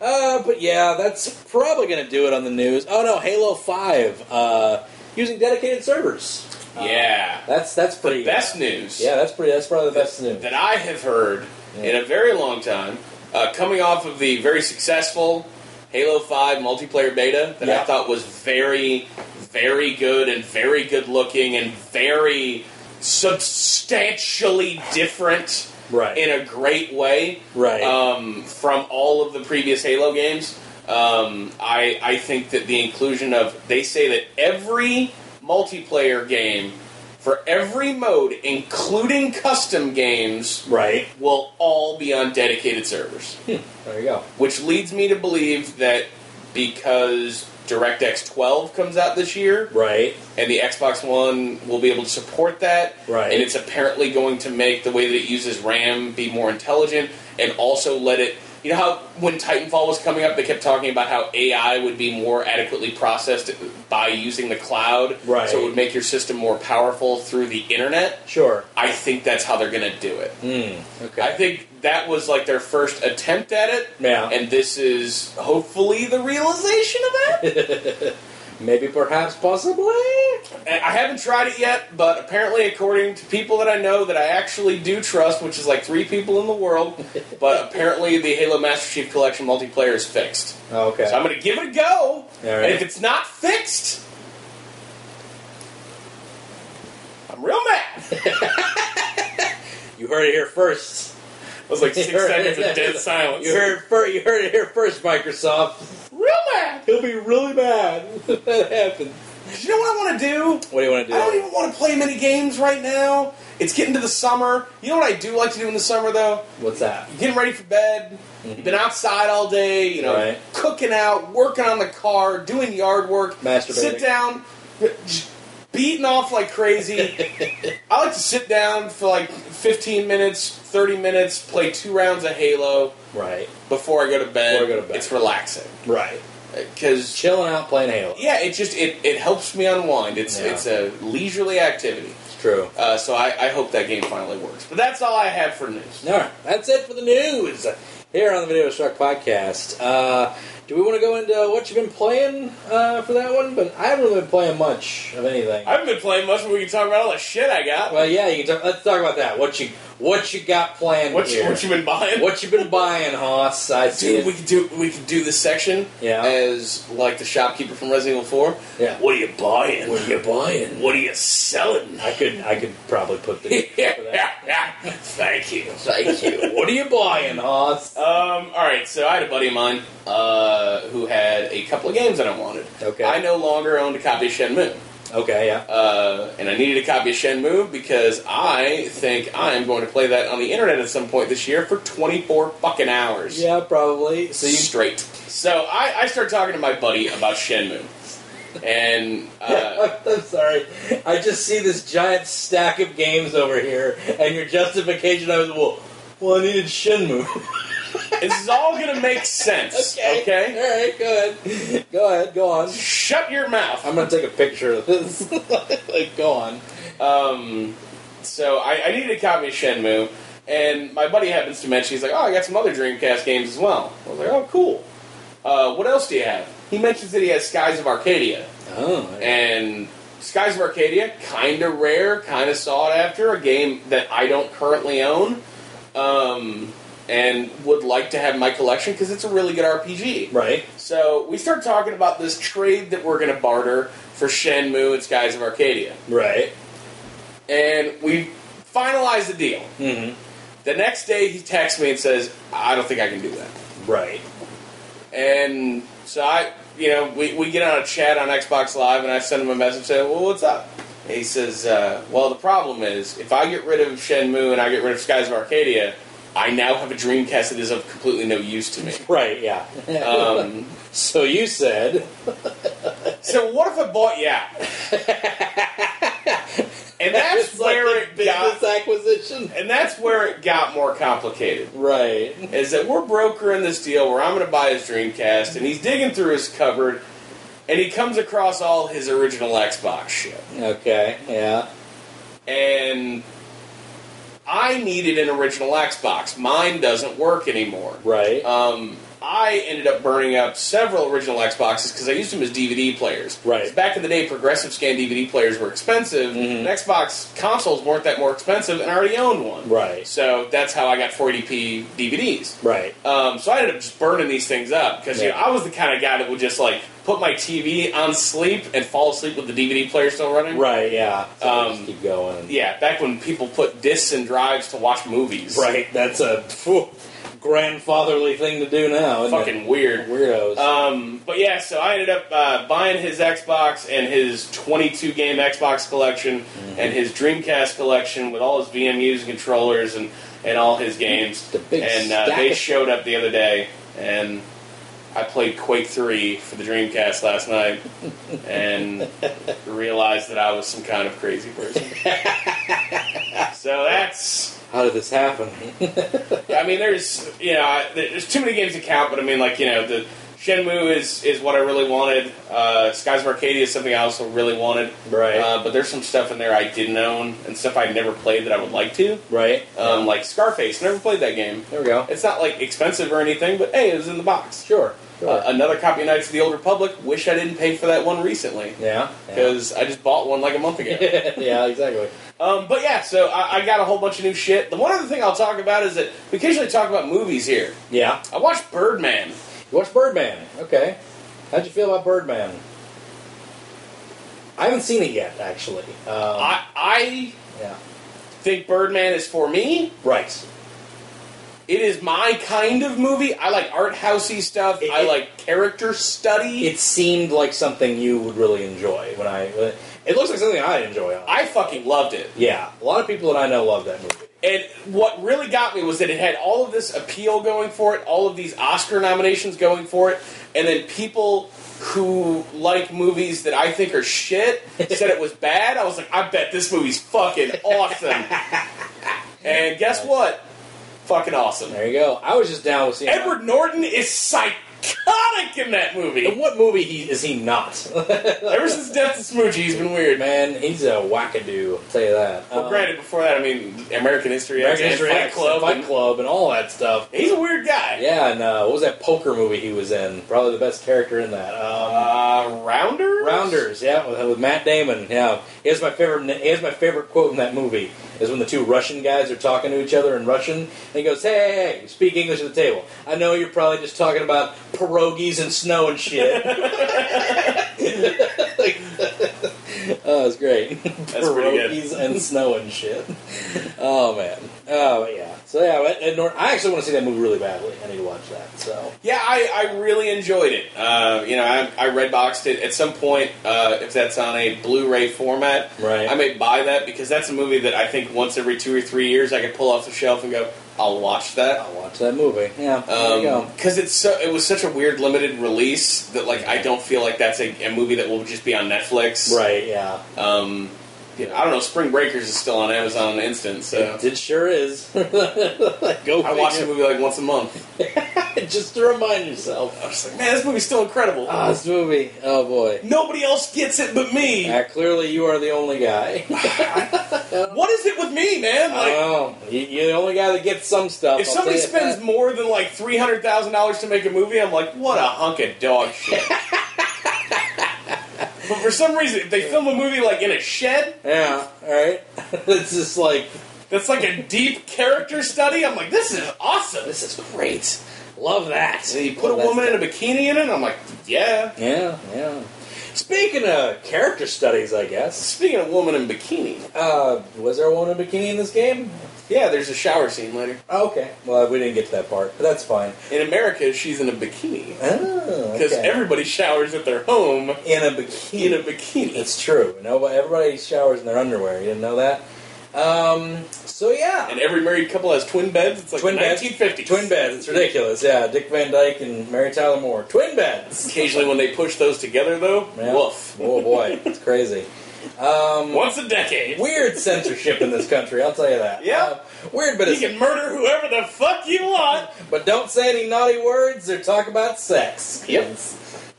Speaker 5: Uh, but yeah, that's probably gonna do it on the news. Oh no, Halo Five uh, using dedicated servers.
Speaker 6: yeah,
Speaker 5: That's that's pretty
Speaker 6: best news
Speaker 5: Yeah, that's pretty. That's probably the best news.
Speaker 6: that I have heard in a very long time, uh, coming off of the very successful Halo Five multiplayer beta that I
Speaker 5: Yeah.
Speaker 6: thought was very, very good and very good looking and very substantially different
Speaker 5: Right.
Speaker 6: in a great way.
Speaker 5: Right.
Speaker 6: um, from all of the previous Halo games. Um, I I think that the inclusion of they say that every multiplayer game for every mode, including custom games,
Speaker 5: right.
Speaker 6: will all be on dedicated servers.
Speaker 5: There you go.
Speaker 6: Which leads me to believe that because DirectX 12 comes out this year,
Speaker 5: Right.
Speaker 6: and the Xbox One will be able to support that.
Speaker 5: Right.
Speaker 6: And it's apparently going to make the way that it uses RAM be more intelligent and also let it. You know how when Titanfall was coming up, they kept talking about how AI would be more adequately processed by using the cloud,
Speaker 5: Right.
Speaker 6: so it would make your system more powerful through the internet.
Speaker 5: Sure.
Speaker 6: I think that's how they're going to do it.
Speaker 5: Mm, okay.
Speaker 6: I think that was like their first attempt at it,
Speaker 5: Yeah.
Speaker 6: and this is hopefully the realization of that.
Speaker 5: Maybe, perhaps, possibly.
Speaker 6: And I haven't tried it yet, but apparently, according to people that I know that I actually do trust, which is like three people in the world, but apparently the Halo Master Chief Collection multiplayer is fixed.
Speaker 5: Okay.
Speaker 6: So I'm going to give it a go.
Speaker 5: right.
Speaker 6: And if it's not fixed, I'm real mad.
Speaker 5: you heard it here first.
Speaker 6: It was like six seconds of dead silence.
Speaker 5: You heard it fir- you heard it here first, Microsoft.
Speaker 6: real mad.
Speaker 5: He'll be really mad if that happens.
Speaker 6: You know what I want to do?
Speaker 5: What do you want to do?
Speaker 6: I don't even want to play many games right now. It's getting to the summer. You know what I do like to do in the summer, though?
Speaker 5: What's that?
Speaker 6: You're getting ready for bed. You've been outside all day, you know,
Speaker 5: Mhm. Right.
Speaker 6: cooking out, working on the car, doing yard work.
Speaker 5: Masturbating.
Speaker 6: Sit down, j- beating off like crazy. I like to sit down for like 15 minutes, 30 minutes, play two rounds of Halo
Speaker 5: Right.
Speaker 6: before I go to bed.
Speaker 5: Before I go to bed.
Speaker 6: It's relaxing
Speaker 5: Right.
Speaker 6: because
Speaker 5: Chilling out playing Halo.
Speaker 6: yeah, it just it, it helps me unwind. It's
Speaker 5: Yeah.
Speaker 6: it's a leisurely activity.
Speaker 5: It's true.
Speaker 6: Uh, so I, I hope that game finally works. But that's all I have for news.
Speaker 5: All right. That's it for the news here on the Video Struck podcast. Uh, do we want to go into what you've been playing uh, for that one? But I haven't really been playing much of anything.
Speaker 6: I haven't been playing much, but we can talk about all the shit I got.
Speaker 5: well, yeah, you can talk, let's talk about that. What you what you got planned
Speaker 6: What you,
Speaker 5: here?
Speaker 6: what you been buying?
Speaker 5: What you been buying, Hoss? I see.
Speaker 6: Dude,
Speaker 5: it.
Speaker 6: we could do we could do this section
Speaker 5: Yeah.
Speaker 6: as like the shopkeeper from Resident Evil Four.
Speaker 5: Yeah.
Speaker 6: What are you buying?
Speaker 5: What are you buying?
Speaker 6: What are you selling?
Speaker 5: I could I could probably put the
Speaker 6: Thank you.
Speaker 5: Thank you. What are you buying, Hoss?
Speaker 6: Um, all right, so I had a buddy of mine uh, who had a couple of games that I wanted.
Speaker 5: Okay.
Speaker 6: I no longer owned a copy of Shenmue.
Speaker 5: Okay, yeah.
Speaker 6: Uh, and I needed a copy of Shenmue because I think I am going to play that on the internet at some point this year for 24 fucking hours.
Speaker 5: Yeah, probably. So you,
Speaker 6: Straight. So I, I started talking to my buddy about Shenmue. And uh,
Speaker 5: I'm sorry. I just see this giant stack of games over here, and your justification I was well, well, I needed Shenmue.
Speaker 6: this is all going to make sense. Okay.
Speaker 5: All right. Go ahead. Go ahead. Go on.
Speaker 6: Shut your mouth.
Speaker 5: I'm gonna take a picture of this. like, go on.
Speaker 6: Um, so I, I needed a copy of Shenmue, and my buddy happens to mention he's like, "Oh, I got some other Dreamcast games as well." I was like, "Oh, cool. Uh, what else do you have?" He mentions that he has Skies of Arcadia,
Speaker 5: Oh. okay.
Speaker 6: and Skies of Arcadia, kind of rare, kind of sought after, a game that I don't currently own, um, and would like to have in my collection because it's a really good RPG.
Speaker 5: Right.
Speaker 6: So we start talking about this trade that we're going to barter for Shenmue and Skies of Arcadia
Speaker 5: Right.
Speaker 6: and we finalized the deal.
Speaker 5: hmm
Speaker 6: The next day, he texts me and says, "I don't think I can do that."
Speaker 5: Right.
Speaker 6: And so I, you know, we, we get on a chat on Xbox Live, and I send him a message saying, "Well, what's up?" And he says, uh, "Well, the problem is, if I get rid of Shenmue and I get rid of Skies of Arcadia, I now have a Dreamcast that is of completely no use to me."
Speaker 5: Right. Yeah.
Speaker 6: Um,
Speaker 5: so you said.
Speaker 6: so what if I bought you out? and that's
Speaker 5: It's like
Speaker 6: where
Speaker 5: a
Speaker 6: it got,
Speaker 5: acquisition.
Speaker 6: and that's where it got more complicated.
Speaker 5: Right.
Speaker 6: is that we're brokering this deal where I'm going to buy his Dreamcast, and he's digging through his cupboard, and he comes across all his original Xbox shit.
Speaker 5: Okay. Yeah.
Speaker 6: And I needed an original Xbox. Mine doesn't work anymore.
Speaker 5: Right.
Speaker 6: Um, I ended up burning up several original Xboxes because I used them as DVD players.
Speaker 5: Right.
Speaker 6: 'Cause Back in the day, progressive scan DVD players were expensive.
Speaker 5: Mhm.
Speaker 6: and Xbox consoles weren't that more expensive, and I already owned one.
Speaker 5: right.
Speaker 6: So that's how I got 480p DVDs.
Speaker 5: Right.
Speaker 6: Um, so I ended up just burning these things up because you know,
Speaker 5: Yeah.
Speaker 6: I was the kind of guy that would just like put my TV on sleep and fall asleep with the DVD player still running.
Speaker 5: Right. Yeah. So
Speaker 6: Um,
Speaker 5: just keep going.
Speaker 6: Yeah, back when people put discs and drives to watch movies.
Speaker 5: Right. That's a phew, grandfatherly thing to do now. Isn't
Speaker 6: Fucking
Speaker 5: it?
Speaker 6: weird.
Speaker 5: weirdos.
Speaker 6: Um, but yeah, so I ended up uh, buying his Xbox and his 22 game Xbox collection
Speaker 5: Mm-hmm.
Speaker 6: and his Dreamcast collection with all his VMUs and controllers and, and all his games.
Speaker 5: The big
Speaker 6: and uh,
Speaker 5: stack
Speaker 6: they
Speaker 5: of-
Speaker 6: showed up the other day, and I played Quake 3 for the Dreamcast last night and realized that I was some kind of crazy person. so that's.
Speaker 5: How did this happen?
Speaker 6: I mean, there's you know, I- there's too many games to count, but I mean, like you know, the Shenmue is is what I really wanted. Uh, Skies of Arcadia is something I also really wanted.
Speaker 5: right.
Speaker 6: Uh, but there's some stuff in there I didn't own and stuff I never played that I would like to.
Speaker 5: right.
Speaker 6: Um, like Scarface, never played that game.
Speaker 5: There we go.
Speaker 6: It's not like expensive or anything, but hey, it was in the box.
Speaker 5: Sure. Sure.
Speaker 6: Uh, another copy of Knights of the Old Republic. Wish I didn't pay for that one recently
Speaker 5: yeah. Yeah.
Speaker 6: because I just bought one like a month ago.
Speaker 5: yeah. Exactly.
Speaker 6: Um, but yeah, so I, I got a whole bunch of new shit. The one other thing I'll talk about is that we occasionally talk about movies here.
Speaker 5: Yeah.
Speaker 6: I watched Birdman.
Speaker 5: You watched Birdman. Okay. How'd you feel about Birdman? I haven't seen it yet, actually. Um,
Speaker 6: I, I
Speaker 5: yeah.
Speaker 6: think Birdman is for me.
Speaker 5: Right.
Speaker 6: It is my kind of movie. I like art housey stuff.
Speaker 5: It-
Speaker 6: I
Speaker 5: it-
Speaker 6: like character study.
Speaker 5: It seemed like something you would really enjoy when I. It looks like something I'd enjoy. honestly.
Speaker 6: I fucking loved it.
Speaker 5: yeah. A lot of people that I know love that movie.
Speaker 6: And what really got me was that it had all of this appeal going for it, all of these Oscar nominations going for it, and then people who like movies that I think are shit said it was bad. I was like, I bet this movie's fucking awesome. and guess what? Fucking awesome.
Speaker 5: There you go. I was just down with seeing
Speaker 6: Edward Norton is psychotic in that
Speaker 5: In
Speaker 6: movie.
Speaker 5: what movie he, is he not?
Speaker 6: Ever since Death to Smoochie, he's been weird, man.
Speaker 5: Man, he's a wackadoo. I'll tell you that.
Speaker 6: Well,
Speaker 5: Um,
Speaker 6: granted, before that, I mean, American History X,
Speaker 5: American
Speaker 6: and
Speaker 5: History
Speaker 6: Fight
Speaker 5: X,
Speaker 6: Club.
Speaker 5: Fight
Speaker 6: and-
Speaker 5: Club, and all that stuff.
Speaker 6: He's a weird guy.
Speaker 5: Yeah, and uh, what was that poker movie he was in? Probably the best character in that. Um,
Speaker 6: Uh, Rounders?
Speaker 5: Rounders, yeah, with, with Matt Damon. Yeah, here's my favorite. Here's my favorite quote in that movie is when the two Russian guys are talking to each other in Russian, and he goes, "Hey, hey, hey, speak English at the table. I know you're probably just talking about pierogies and snow and shit." like, oh, it's great.
Speaker 6: That's pretty good.
Speaker 5: pierogies and snow and shit. Oh man. Oh yeah. So yeah, Ed- Ed Norton. I actually want to see that movie really badly. I need to watch that. So
Speaker 6: Yeah, I, I really enjoyed it. Uh, you know, I, I red boxed it at some point. Uh, if that's on a Blu-ray format,
Speaker 5: Right.
Speaker 6: I may buy that because that's a movie that I think once every two or three years I could pull off the shelf and go, I'll watch that.
Speaker 5: I'll watch that movie. Yeah, there you go.
Speaker 6: Because Um, it's so, it was such a weird limited release that like I don't feel like that's a, a movie that will just be on Netflix.
Speaker 5: Right. Yeah.
Speaker 6: Um, you know, I don't know. Spring Breakers is still on Amazon Instant, so
Speaker 5: It sure is. go.
Speaker 6: I watch the
Speaker 5: figure.
Speaker 6: movie like once a month.
Speaker 5: just to remind yourself.
Speaker 6: I was like, man, this movie's still incredible.
Speaker 5: Ah, this movie. Oh boy.
Speaker 6: Nobody else gets it but me.
Speaker 5: Ah, clearly, you are the only guy.
Speaker 6: What is it with me, man? Like,
Speaker 5: oh, you- you're the only guy that gets some stuff.
Speaker 6: if
Speaker 5: I'll
Speaker 6: somebody
Speaker 5: tell you
Speaker 6: spends
Speaker 5: that.
Speaker 6: more than like three hundred thousand dollars to make a movie, I'm like, what a hunk of dog shit. but for some reason, if they film a movie like in a shed,
Speaker 5: yeah, all right. it's just like
Speaker 6: that's like a deep character study. I'm like, this is awesome.
Speaker 5: this is great. Love that.
Speaker 6: And you put a woman in a bikini in it, and I'm like, yeah.
Speaker 5: Yeah, yeah. Speaking of character studies, I guess.
Speaker 6: Speaking of woman in bikini,
Speaker 5: Uh, was there a woman in a bikini in this game?
Speaker 6: yeah, there's a shower scene later.
Speaker 5: Oh, okay. Well, we didn't get to that part, but that's fine.
Speaker 6: In America, she's in a bikini
Speaker 5: Oh,
Speaker 6: because
Speaker 5: okay.
Speaker 6: everybody showers at their home
Speaker 5: in a bikini.
Speaker 6: in a bikini.
Speaker 5: It's true. Nobody, everybody showers in their underwear. You didn't know that. Um. So yeah,
Speaker 6: And every married couple has twin beds. It's like
Speaker 5: twin beds.
Speaker 6: 1950s.
Speaker 5: Twin beds. It's ridiculous. Yeah, Dick Van Dyke and Mary Tyler Moore. Twin beds.
Speaker 6: Occasionally, when they push those together, though,
Speaker 5: Yeah.
Speaker 6: woof.
Speaker 5: Oh boy, it's crazy.
Speaker 6: Once a decade,
Speaker 5: Weird censorship in this country. I'll tell you that.
Speaker 6: Yeah.
Speaker 5: Uh, weird, but
Speaker 6: you
Speaker 5: it's,
Speaker 6: can murder whoever the fuck you want.
Speaker 5: but don't say any naughty words or talk about sex.
Speaker 6: Yep.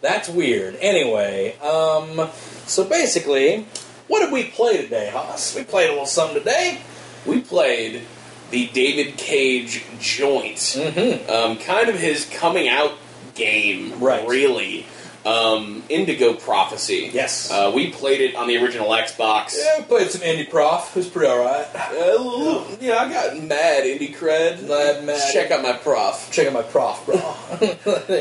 Speaker 5: That's weird. Anyway, um, so basically, what did we play today, Haas? We played a little something today.
Speaker 6: We played the David Cage joint, mm-hmm. um, kind of his coming out game,
Speaker 5: Right.
Speaker 6: Really, um, Indigo Prophecy.
Speaker 5: Yes.
Speaker 6: uh, we played it on the original Xbox.
Speaker 5: Yeah, we played some indie prof. Who's pretty all right.
Speaker 6: Uh, l- yeah, I got mad indie cred.
Speaker 5: Mad, mad.
Speaker 6: Check out my prof.
Speaker 5: Check out my prof, bro.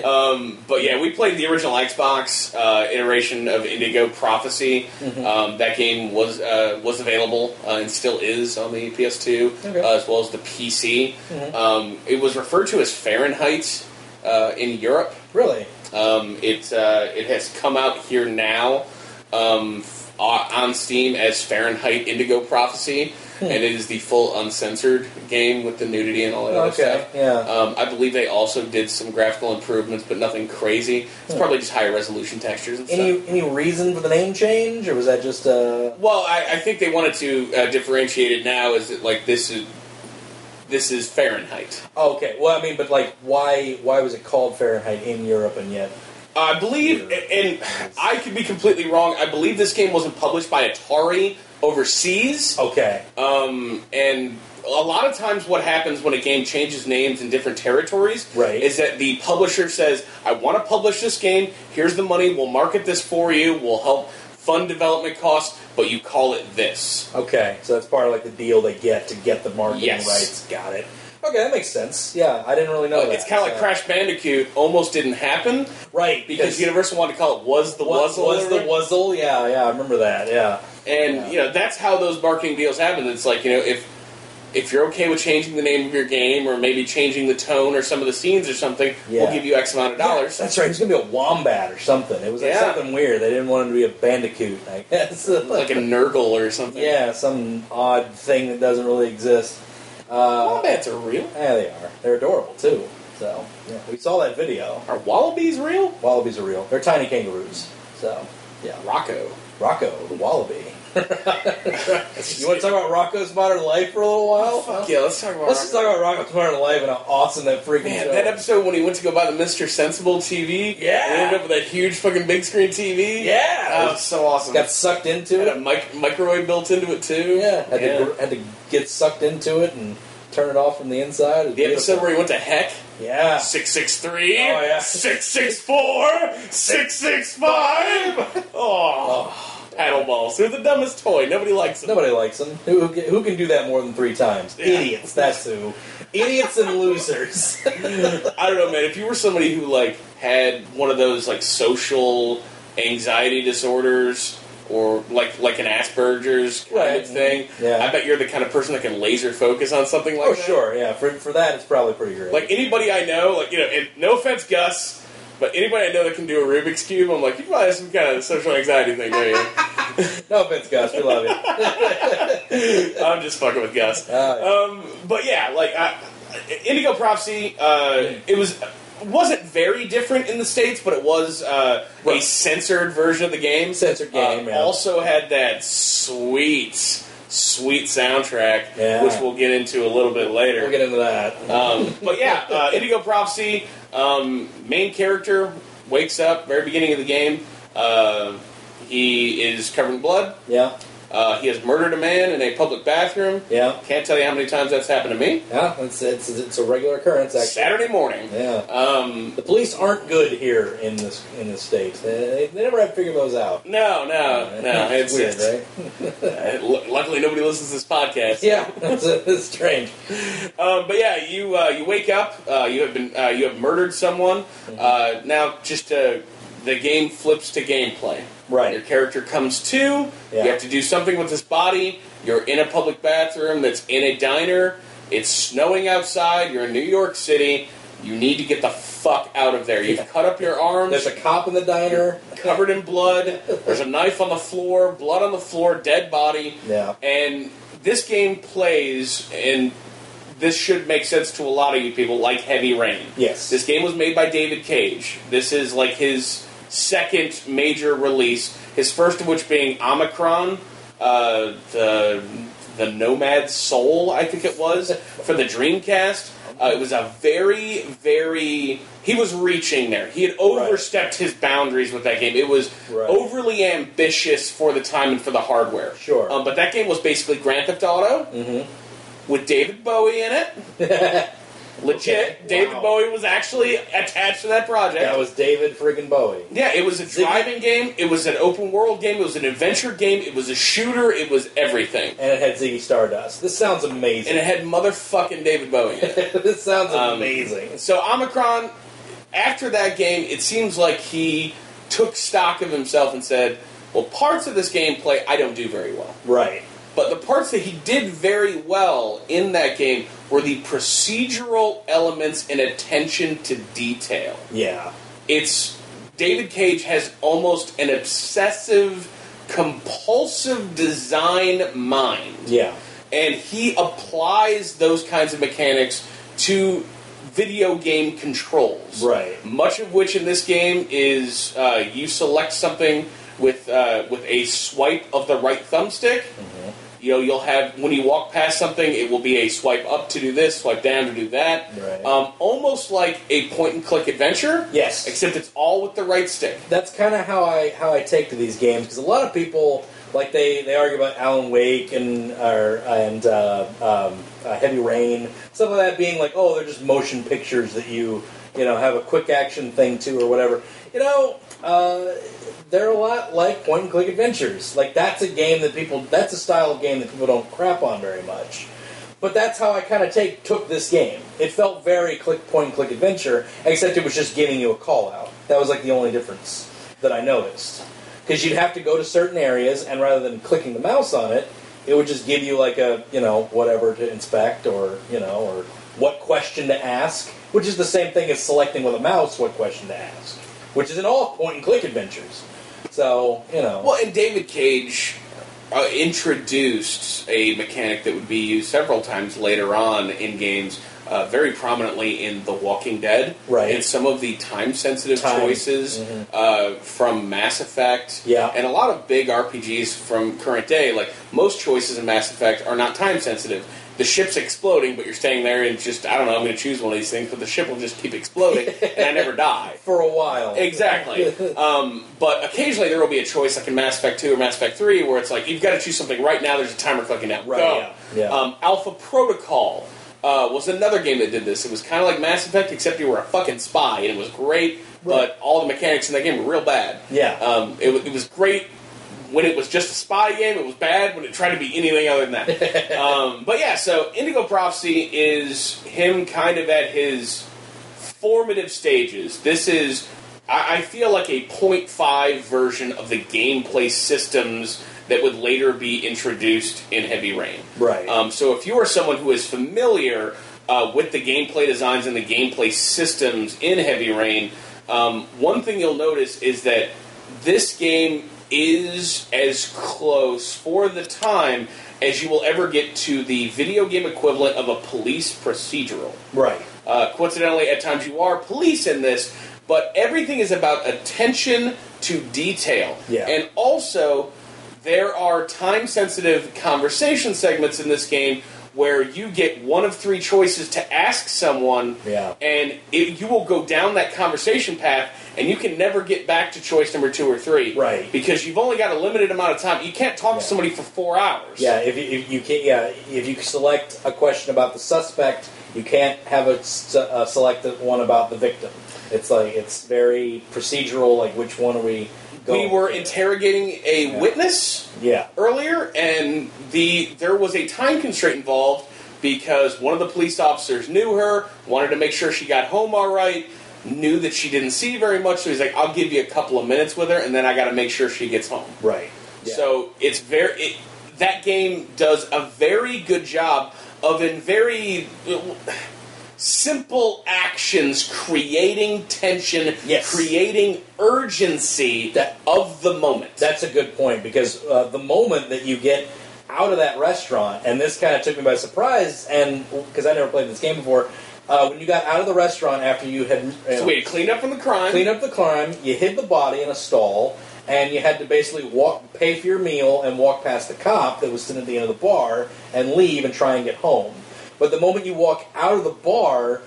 Speaker 5: Uh,
Speaker 6: Um, but yeah, we played the original Xbox uh, iteration of Indigo Prophecy.
Speaker 5: Mm-hmm.
Speaker 6: Um, that game was uh, was available uh, and still is on the PS2
Speaker 5: Okay. Mm-hmm.
Speaker 6: uh, as well as the PC. Um, it was referred to as Fahrenheit uh, in Europe.
Speaker 5: really?
Speaker 6: Um, it uh, it has come out here now um, f- on Steam as Fahrenheit Indigo Prophecy,
Speaker 5: Hmm.
Speaker 6: and it is the full uncensored game with the nudity and all that other
Speaker 5: Okay, Uh,
Speaker 6: stuff.
Speaker 5: yeah.
Speaker 6: Um, I believe they also did some graphical improvements, but nothing crazy. It's probably just higher resolution textures and stuff.
Speaker 5: Any any reason for the name change, or was that just uh?
Speaker 6: well, I, I think they wanted to uh, differentiate it now. Is that like this is this is Fahrenheit?
Speaker 5: oh, okay. Well, I mean, but like, why why was it called Fahrenheit in Europe and yet?
Speaker 6: I believe, and I could be completely wrong. I believe this game wasn't published by Atari overseas.
Speaker 5: Okay.
Speaker 6: Um, and a lot of times, what happens when a game changes names in different territories
Speaker 5: Right.
Speaker 6: is that the publisher says, "I want to publish this game. Here's the money. We'll market this for you. We'll help fund development costs, but you call it this."
Speaker 5: Okay. So that's part of like the deal they get to get the marketing
Speaker 6: Yes.
Speaker 5: rights. Got it. Okay, that makes sense. Yeah, I didn't really know.
Speaker 6: Like,
Speaker 5: that,
Speaker 6: it's kind of like
Speaker 5: so-
Speaker 6: Crash Bandicoot. Almost didn't happen
Speaker 5: right?
Speaker 6: because Universal wanted to call it was the
Speaker 5: was,
Speaker 6: Wuzzle
Speaker 5: was
Speaker 6: or
Speaker 5: the
Speaker 6: whatever.
Speaker 5: wuzzle? Yeah, yeah, I remember that. Yeah,
Speaker 6: And
Speaker 5: Yeah.
Speaker 6: you know that's how those marketing deals happen. It's like you know if if you're okay with changing the name of your game or maybe changing the tone or some of the scenes or something,
Speaker 5: Yeah.
Speaker 6: we'll give you X amount of dollars.
Speaker 5: That's right. It was gonna be a wombat or something. It was like
Speaker 6: Yeah.
Speaker 5: something weird. They didn't want him to be a bandicoot. I guess.
Speaker 6: like a Nurgle or something.
Speaker 5: yeah, some odd thing that doesn't really exist. Uh,
Speaker 6: Wombats are real.
Speaker 5: yeah, they are. They're adorable too. So yeah, we saw that video.
Speaker 6: Are wallabies real?
Speaker 5: Wallabies are real. They're tiny kangaroos. So yeah,
Speaker 6: Rocco.
Speaker 5: Rocco the wallaby. you want to talk about Rocco's modern life for a little while?
Speaker 6: yeah, let's talk about
Speaker 5: Let's just talk about Rocco's modern life and how awesome that freaking
Speaker 6: Man,
Speaker 5: show.
Speaker 6: that
Speaker 5: is.
Speaker 6: episode when he went to go buy the Mr. Sensible TV.
Speaker 5: Yeah.
Speaker 6: And ended up with that huge fucking big screen TV.
Speaker 5: yeah,
Speaker 6: That was so awesome.
Speaker 5: got sucked into
Speaker 6: Had
Speaker 5: it.
Speaker 6: a mic- microwave built into it too.
Speaker 5: Yeah, had, To, gr- had to get sucked into it and turn it off from the inside. It was
Speaker 6: The episode
Speaker 5: beautiful.
Speaker 6: where he went to heck.
Speaker 5: yeah,
Speaker 6: 663.
Speaker 5: Oh, yeah.
Speaker 6: 664. 665. Oh. Paddle balls. They're the dumbest toy. Nobody likes them.
Speaker 5: nobody likes them. Who, who can- who can do that more than three times? Idiots. That's who. Idiots and losers.
Speaker 6: I don't know, man. If you were somebody who like had one of those like social anxiety disorders or like like an Asperger's kind
Speaker 5: Right.
Speaker 6: of thing.
Speaker 5: Yeah.
Speaker 6: I bet you're the kind of person that can laser focus on something like
Speaker 5: Oh,
Speaker 6: that.
Speaker 5: sure, yeah. For, for that, it's probably pretty great.
Speaker 6: Like anybody I know, like you know, and no offense, Gus, but anybody I know that can do a Rubik's cube, I'm like, you probably have some kind of social anxiety thing, don't you?
Speaker 5: no offense, Gus, we love you.
Speaker 6: I'm just fucking with Gus.
Speaker 5: Oh,
Speaker 6: um, but yeah, like I, Indigo Prophecy, uh, it was wasn't very different in the states, but it was uh, a
Speaker 5: Right.
Speaker 6: censored version of the game.
Speaker 5: Censored game,
Speaker 6: Uh,
Speaker 5: yeah.
Speaker 6: Also had that sweet, sweet soundtrack,
Speaker 5: Yeah.
Speaker 6: which we'll get into a little bit later.
Speaker 5: We'll get into that.
Speaker 6: Um, but yeah, uh, Indigo Prophecy, um, main character wakes up very beginning of the game. Uh, he is covered in blood.
Speaker 5: Yeah,
Speaker 6: Uh, he has murdered a man in a public bathroom.
Speaker 5: yeah,
Speaker 6: Can't tell you how many times that's happened to me.
Speaker 5: yeah. It's, it's, it's a regular occurrence, actually.
Speaker 6: Saturday morning.
Speaker 5: Yeah.
Speaker 6: Um,
Speaker 5: The police aren't good here in this in the states. They, they, they never have figured those out.
Speaker 6: no, no, no. It's,
Speaker 5: weird,
Speaker 6: it's-
Speaker 5: right?
Speaker 6: uh, lu- luckily nobody listens to this podcast.
Speaker 5: Yeah, it's, it's strange.
Speaker 6: Um, but yeah, you uh, you wake up. Uh, you have been uh, you have murdered someone.
Speaker 5: Mm-hmm.
Speaker 6: Uh, now, just uh, the game flips to gameplay.
Speaker 5: Right.
Speaker 6: Your character comes
Speaker 5: Yeah.
Speaker 6: to. You have to do something with this body. You're in a public bathroom that's in a diner. It's snowing outside. You're in New York City. You need to get the fuck out of there. You've cut up your arms.
Speaker 5: There's a cop in the diner.
Speaker 6: covered in blood. There's a knife on the floor, blood on the floor, dead body.
Speaker 5: Yeah.
Speaker 6: And this game plays, and this should make sense to a lot of you people, like Heavy Rain.
Speaker 5: Yes.
Speaker 6: This game was made by David Cage. This is like his second major release, his first of which being Omicron, uh, the, the Nomad Soul, I think it was, for the Dreamcast. Uh, it was a very, very. He was reaching there. He had overstepped his boundaries with that game. It was
Speaker 5: Right.
Speaker 6: overly ambitious for the time and for the hardware.
Speaker 5: Sure. Mm-hmm.
Speaker 6: Um, but that game was basically Grand Theft Auto with David Bowie in it. Legit.
Speaker 5: Okay.
Speaker 6: David
Speaker 5: Wow.
Speaker 6: Bowie Oh, was actually attached to that project.
Speaker 5: That was David friggin' Bowie.
Speaker 6: yeah, it was a driving game. It was an open world game. It was an adventure game. It was a shooter. It was everything.
Speaker 5: And it had Ziggy Stardust. This sounds
Speaker 6: And
Speaker 5: amazing.
Speaker 6: it had motherfucking David Bowie in it.
Speaker 5: this sounds
Speaker 6: Um,
Speaker 5: amazing.
Speaker 6: So Omicron, after that game, it seems like he took stock of himself and said, "Well, parts of this gameplay I don't do very well,
Speaker 5: Right.
Speaker 6: but the parts that he did very well in that game were the procedural elements and attention to detail."
Speaker 5: Yeah.
Speaker 6: it's David Cage has almost an obsessive, compulsive design mind,
Speaker 5: Yeah.
Speaker 6: and he applies those kinds of mechanics to video game controls.
Speaker 5: Right.
Speaker 6: Much of which in this game is uh, you select something with uh, with a swipe of the right thumbstick.
Speaker 5: Mm-hmm.
Speaker 6: You know, you'll have when you walk past something, it will be a swipe up to do this, swipe down to do that.
Speaker 5: Right.
Speaker 6: Um, almost like a point and click adventure.
Speaker 5: Yes.
Speaker 6: Except it's all with the right stick.
Speaker 5: that's kind of how I how I take to these games because a lot of people like they they argue about Alan Wake and or, and uh, um, uh, Heavy Rain some of that being like oh they're just motion pictures that you you know have a quick action thing to or whatever you know uh, they're a lot like point and click adventures like that's a game that people that's a style of game that people don't crap on very much. But that's how I kind of take took this game. It felt very click point and click adventure, except it was just giving you a call out. That was like the only difference that I noticed. Because you'd have to go to certain areas, and rather than clicking the mouse on it, it would just give you like a you know whatever to inspect or you know or what question to ask, which is the same thing as selecting with a mouse what question to ask, which is in all point and click adventures. So you know,
Speaker 6: Well, and David Cage uh, introduced a mechanic that would be used several times later on in games, uh, very prominently in The Walking Dead,
Speaker 5: Right.
Speaker 6: And some of the time-sensitive
Speaker 5: Time. Mm-hmm.
Speaker 6: choices uh, from Mass Effect,
Speaker 5: Yeah.
Speaker 6: and a lot of big RPGs from current day. Like most choices in Mass Effect are not time-sensitive. The ship's exploding, but you're staying there and just I don't know. I'm going to choose one of these things, but the ship will just keep exploding, and I never die.
Speaker 5: for a while,
Speaker 6: Exactly. um, but occasionally there will be a choice, like in Mass Effect 2 or Mass Effect 3, where it's like, you've got to choose something right now, there's a timer clicking down.
Speaker 5: Right,
Speaker 6: Go.
Speaker 5: yeah, yeah.
Speaker 6: Um, Alpha Protocol uh, was another game that did this. It was kind of like Mass Effect, except you were a fucking spy, and it was great,
Speaker 5: Right.
Speaker 6: but all the mechanics in that game were real bad.
Speaker 5: Yeah.
Speaker 6: Um, it, wa- it was great when it was just a spy game, it was bad. When it tried to be anything other than that. um, but yeah, so Indigo Prophecy is him kind of at his formative stages. This is I, I feel like a 0.5 version of the gameplay systems that would later be introduced in Heavy Rain.
Speaker 5: Right.
Speaker 6: Um, so if you are someone who is familiar uh, with the gameplay designs and the gameplay systems in Heavy Rain, um, one thing you'll notice is that this game is as close for the time as you will ever get to the video game equivalent of a police procedural.
Speaker 5: Right.
Speaker 6: Uh, coincidentally, at times you are police in this, but everything is about attention to detail.
Speaker 5: Yeah.
Speaker 6: And also, there are time sensitive conversation segments in this game where you get one of three choices to ask someone,
Speaker 5: Yeah.
Speaker 6: and it, you will go down that conversation path. And you can never get back to choice number two or three,
Speaker 5: Right.
Speaker 6: Because you've only got a limited amount of time. You can't talk
Speaker 5: Yeah.
Speaker 6: to somebody for four hours.
Speaker 5: Yeah, if you, if you can, yeah, if you select a question about the suspect, you can't have a, s- a selected one about the victim. It's like it's very procedural. Like which one are we?
Speaker 6: we
Speaker 5: Going
Speaker 6: were
Speaker 5: for?
Speaker 6: interrogating a
Speaker 5: Yeah.
Speaker 6: witness.
Speaker 5: Yeah,
Speaker 6: earlier, and the there was a time constraint involved because one of the police officers knew her, wanted to make sure she got home all right, knew that she didn't see very much, so he's like, "I'll give you a couple of minutes with her, and then I got to make sure she gets home."
Speaker 5: right. Yeah.
Speaker 6: So it's very it, that game does a very good job of in very simple actions creating tension,
Speaker 5: Yes.
Speaker 6: creating urgency
Speaker 5: That-
Speaker 6: of the moment.
Speaker 5: That's a good point because uh, the moment that you get out of that restaurant, and this kind of took me by surprise, and because I never played this game before, uh, when you got out of the restaurant after you had you
Speaker 6: so
Speaker 5: know,
Speaker 6: we had cleaned up from the crime.
Speaker 5: cleaned up the crime, you hid the body in a stall, and you had to basically walk, pay for your meal, and walk past the cop that was sitting at the end of the bar, and leave and try and get home. But the moment you walk out of the bar,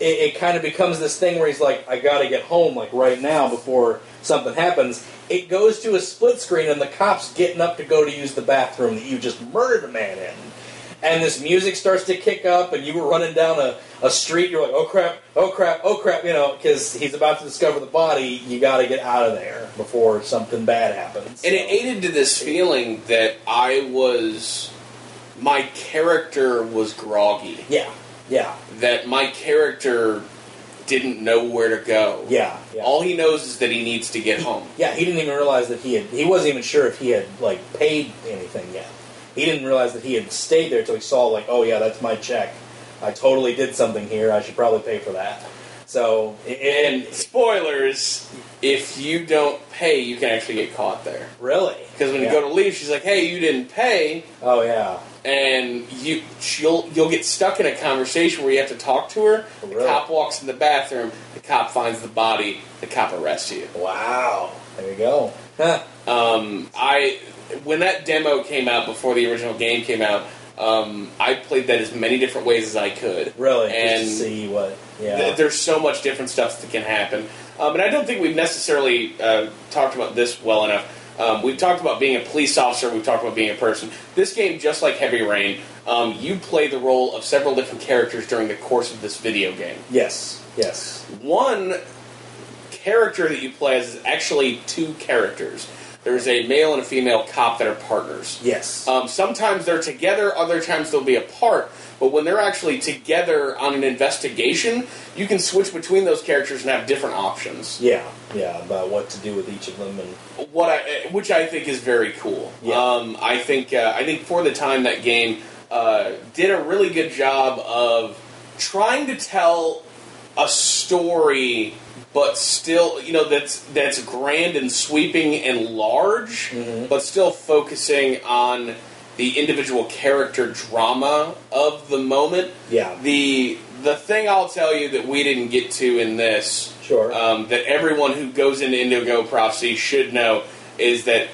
Speaker 5: it, it kind of becomes this thing where he's like, I gotta get home, like right now before something happens. It goes to a split screen, and the cop's getting up to go to use the bathroom that you just murdered a man in. And this music starts to kick up, and you were running down a, a street. You're like, oh crap, oh crap, oh crap, you know, because he's about to discover the body. You gotta get out of there before something bad happens.
Speaker 6: And it aided to this feeling that I was. My character was groggy.
Speaker 5: Yeah, yeah,
Speaker 6: That my character didn't know where to go.
Speaker 5: yeah, yeah.
Speaker 6: All he knows is that he needs to get home.
Speaker 5: Yeah, he didn't even realize that he had. He wasn't even sure if he had like paid anything yet. He didn't realize that he had stayed there until he saw like, oh yeah, that's my check. I totally did something here. I should probably pay for that. So it,
Speaker 6: And
Speaker 5: it-
Speaker 6: spoilers if you don't pay, you can actually get caught there.
Speaker 5: really,
Speaker 6: Because when
Speaker 5: Yeah.
Speaker 6: you go to leave, she's like, hey, you didn't pay.
Speaker 5: oh yeah,
Speaker 6: and you she'll you'll get stuck in a conversation where you have to talk to her. The
Speaker 5: Really?
Speaker 6: cop walks in the bathroom. The cop finds the body. The cop arrests you.
Speaker 5: wow, there you go. Huh.
Speaker 6: Um, I when that demo came out before the original game came out, um, I played that as many different ways as I could.
Speaker 5: Really,
Speaker 6: and
Speaker 5: just to see what. Yeah,
Speaker 6: th- there's so much different stuff that can happen. Um, and I don't think we've necessarily uh, talked about this well enough. Um, we've talked about being a police officer. We've talked about being a person. This game, just like Heavy Rain, um, you play the role of several different characters during the course of this video game.
Speaker 5: yes, yes,
Speaker 6: One character that you play as is actually two characters. There's a male and a female cop that are partners.
Speaker 5: yes.
Speaker 6: Um, sometimes they're together, other times they'll be apart. But when they're actually together on an investigation, you can switch between those characters and have different options.
Speaker 5: yeah, yeah, about what to do with each of them, and
Speaker 6: What I, uh, which I think is very cool.
Speaker 5: Yeah.
Speaker 6: Um, I think uh, I think for the time that game uh, did a really good job of trying to tell a story, but still, you know, that's that's grand and sweeping and large,
Speaker 5: Mm-hmm.
Speaker 6: but still focusing on the individual character drama of the moment.
Speaker 5: Yeah.
Speaker 6: The the thing I'll tell you that we didn't get to in this,
Speaker 5: Sure.
Speaker 6: um, that everyone who goes into Indigo Prophecy should know is that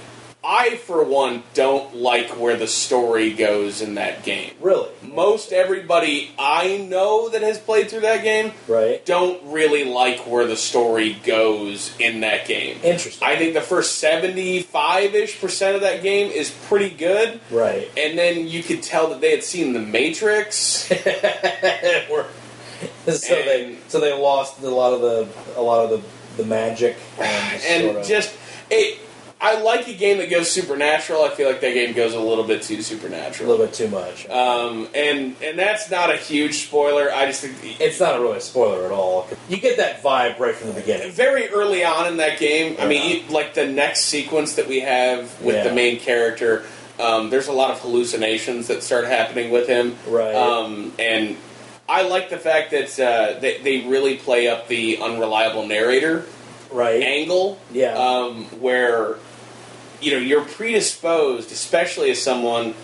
Speaker 6: I, for one, don't like where the story goes in that game.
Speaker 5: really,
Speaker 6: Most everybody I know that has played through that game
Speaker 5: right?
Speaker 6: don't really like where the story goes in that game.
Speaker 5: Interesting,
Speaker 6: I think the first 75 ish percent of that game is pretty good.
Speaker 5: right?
Speaker 6: And then you could tell that they had seen The Matrix.
Speaker 5: We're- so they so they lost a lot of the a lot of the the magic and, just
Speaker 6: and
Speaker 5: sort of-
Speaker 6: just it I like a game that goes supernatural. I feel like that game goes a little bit too
Speaker 5: a
Speaker 6: supernatural.
Speaker 5: little bit too much.
Speaker 6: Um, and and that's not a huge spoiler. I just think
Speaker 5: it's not really a spoiler at all. You get that vibe right from the beginning.
Speaker 6: very early on in that game. I mean, you- like the next sequence that we have with
Speaker 5: Yeah.
Speaker 6: the main character. Um, there's a lot of hallucinations that start happening with him.
Speaker 5: Right.
Speaker 6: Um, and I like the fact that uh, they, they really play up the unreliable narrator
Speaker 5: Right?
Speaker 6: angle.
Speaker 5: Yeah.
Speaker 6: Um, where, you know, you're predisposed, especially as someone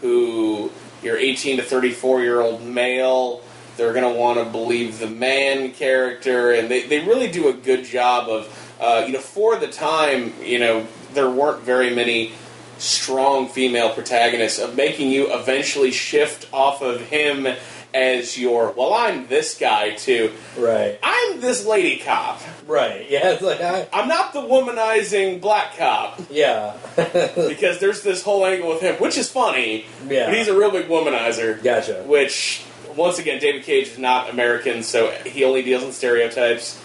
Speaker 6: who you're 18 to 34 year old male, they're going to want to believe the man character, and they, they really do a good job of, uh, you know, for the time, you know, there weren't very many strong female protagonists of making you eventually shift off of him as your, well, I'm this guy too.
Speaker 5: Right.
Speaker 6: I'm this lady cop.
Speaker 5: Right. Yeah. It's like, I,
Speaker 6: I'm not the womanizing black cop
Speaker 5: yeah.
Speaker 6: because there's this whole angle with him, which is funny.
Speaker 5: Yeah.
Speaker 6: But he's a real big womanizer.
Speaker 5: Gotcha.
Speaker 6: Which, once again, David Cage is not American, so he only deals in stereotypes.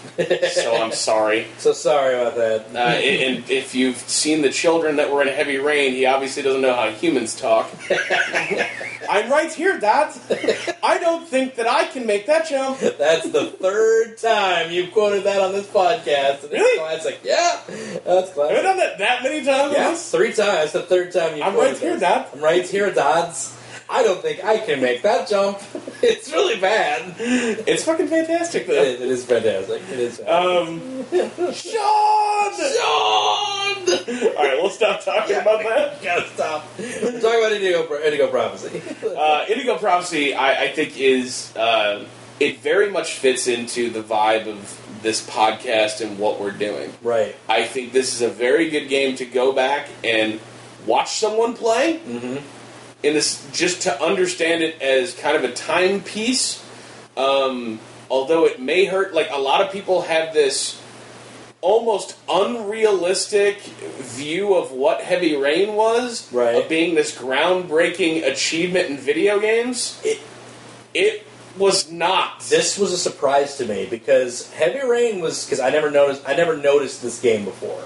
Speaker 6: so I'm sorry.
Speaker 5: So sorry about that.
Speaker 6: Uh, and and if you've seen the children that were in heavy rain, he obviously doesn't know how humans talk. I'm right here, Dad. I don't think that I can make that jump.
Speaker 5: That's the third time you've quoted that on this podcast. And
Speaker 6: Really?
Speaker 5: It's classic. Yeah. That's
Speaker 6: Have I
Speaker 5: classic.
Speaker 6: done that that many times?
Speaker 5: Yeah. Three times. The third time you've
Speaker 6: I'm
Speaker 5: quoted
Speaker 6: right here,
Speaker 5: this.
Speaker 6: Dad.
Speaker 5: I'm right here, Dodds. I don't think I can make that jump. It's really bad. It
Speaker 6: It's fucking fantastic, though.
Speaker 5: is, it is fantastic. It is fantastic.
Speaker 6: Um, Sean! Sean! Alright, we'll stop talking about that.
Speaker 5: gotta stop. We're talking about Indigo, Indigo Prophecy.
Speaker 6: Uh, Indigo Prophecy, I, I think, is. Uh, it very much fits into the vibe of this podcast and what we're doing.
Speaker 5: right.
Speaker 6: I think this is a very good game to go back and watch someone play.
Speaker 5: Mhm.
Speaker 6: In this, just to understand it as kind of a timepiece. Um, although it may hurt, like a lot of people have this almost unrealistic view of what Heavy Rain was,
Speaker 5: Right.
Speaker 6: of being this groundbreaking achievement in video games.
Speaker 5: It-
Speaker 6: it was not.
Speaker 5: This was a surprise to me because Heavy Rain was because I never noticed I never noticed this game before,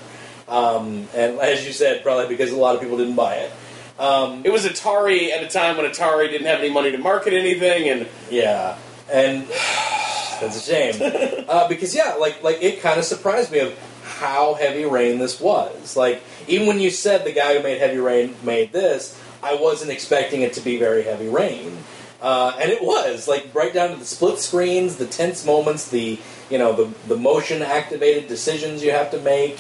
Speaker 5: um, and as you said, probably because a lot of people didn't buy it. Um,
Speaker 6: It was Atari at a time when Atari didn't have any money to market anything, and
Speaker 5: yeah, and that's a shame uh, because yeah, like like it kind of surprised me of how Heavy Rain this was. Like even when you said the guy who made Heavy Rain made this, I wasn't expecting it to be very Heavy Rain. Uh, and it was like right down to the split screens, the tense moments, the you know the the motion activated decisions you have to make,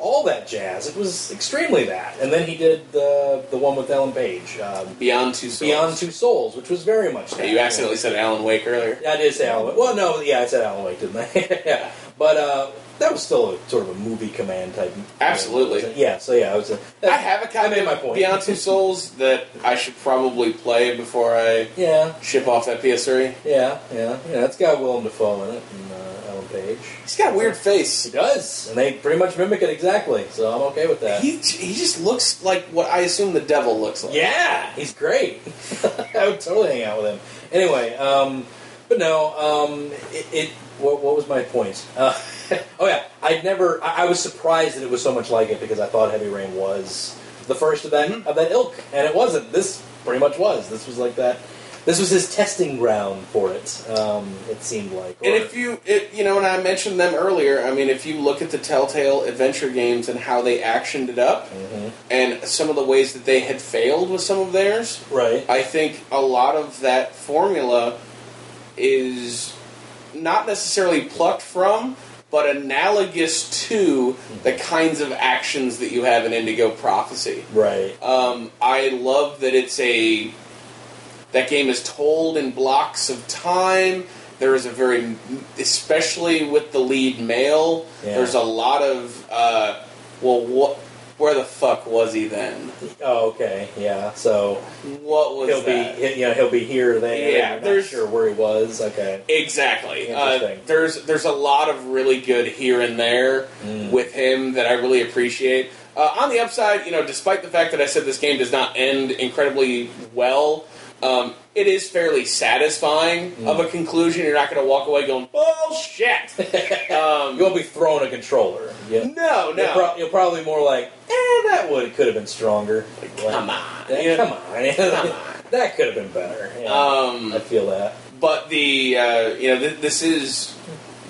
Speaker 5: all that jazz. It was extremely that. And then he did the the one with Ellen Page, um,
Speaker 6: Beyond Two Souls.
Speaker 5: Beyond Two Souls, which was very much
Speaker 6: Yeah,
Speaker 5: that.
Speaker 6: you accidentally said Alan Wake earlier.
Speaker 5: I did say Alan Wake. Well, no, yeah, I said Alan Wake, didn't I? yeah, but uh, that was still a, sort of a movie command type.
Speaker 6: Absolutely.
Speaker 5: Yeah. So yeah, I was. uh, A,
Speaker 6: I have a copy
Speaker 5: made
Speaker 6: of
Speaker 5: my point.
Speaker 6: Beyond Two Souls that I should probably play before I
Speaker 5: Yeah,
Speaker 6: ship off that PS3.
Speaker 5: yeah, yeah, yeah. It's got Willem Dafoe in it and uh, Ellen Page.
Speaker 6: He's got a weird
Speaker 5: He
Speaker 6: face.
Speaker 5: does, and they pretty much mimic it exactly. So I'm okay with that.
Speaker 6: He he just looks like what I assume the devil looks like.
Speaker 5: yeah, he's great. I would totally hang out with him. Anyway, um, but no, um, it. it what, what was my point? Uh, oh yeah, I'd never. I, I was surprised that it was so much like it because I thought Heavy Rain was the first of
Speaker 6: Mm-hmm.
Speaker 5: that of that ilk, and it wasn't. This pretty much was. This was like that. This was his testing ground for it. Um, it seemed like.
Speaker 6: And
Speaker 5: Or-
Speaker 6: if you, it, you know, and I mentioned them earlier. I mean, if you look at the Telltale adventure games and how they actioned it up, and some of the ways that they had failed with some of theirs,
Speaker 5: right,
Speaker 6: I think a lot of that formula is not necessarily plucked from, but analogous to the kinds of actions that you have in Indigo Prophecy.
Speaker 5: right,
Speaker 6: Um, I love that it's a that game is told in blocks of time. There is a very, especially with the lead male.
Speaker 5: Yeah.
Speaker 6: There's a lot of uh, well, what, where the fuck was he then?
Speaker 5: oh, okay, yeah. So
Speaker 6: What was
Speaker 5: he'll
Speaker 6: that?
Speaker 5: be, you know, he'll be here or there.
Speaker 6: Yeah,
Speaker 5: You're not
Speaker 6: there's-
Speaker 5: sure where he was. Okay,
Speaker 6: Exactly. Uh,
Speaker 5: Interesting.
Speaker 6: there's there's a lot of really good here and there
Speaker 5: Mm.
Speaker 6: with him that I really appreciate. Uh, on the upside, you know, despite the fact that I said this game does not end incredibly well, Um, it is fairly satisfying
Speaker 5: Mm.
Speaker 6: of a conclusion. You're not going to walk away going bullshit. um,
Speaker 5: You won't be throwing a controller. Yeah.
Speaker 6: no,
Speaker 5: You're,
Speaker 6: no.
Speaker 5: pro- you're probably more like, eh, that would could have been stronger. Like,
Speaker 6: Come on.
Speaker 5: that-
Speaker 6: you know?
Speaker 5: come on, that could have been better. Yeah.
Speaker 6: Um,
Speaker 5: I feel that.
Speaker 6: but the uh, you know th- this is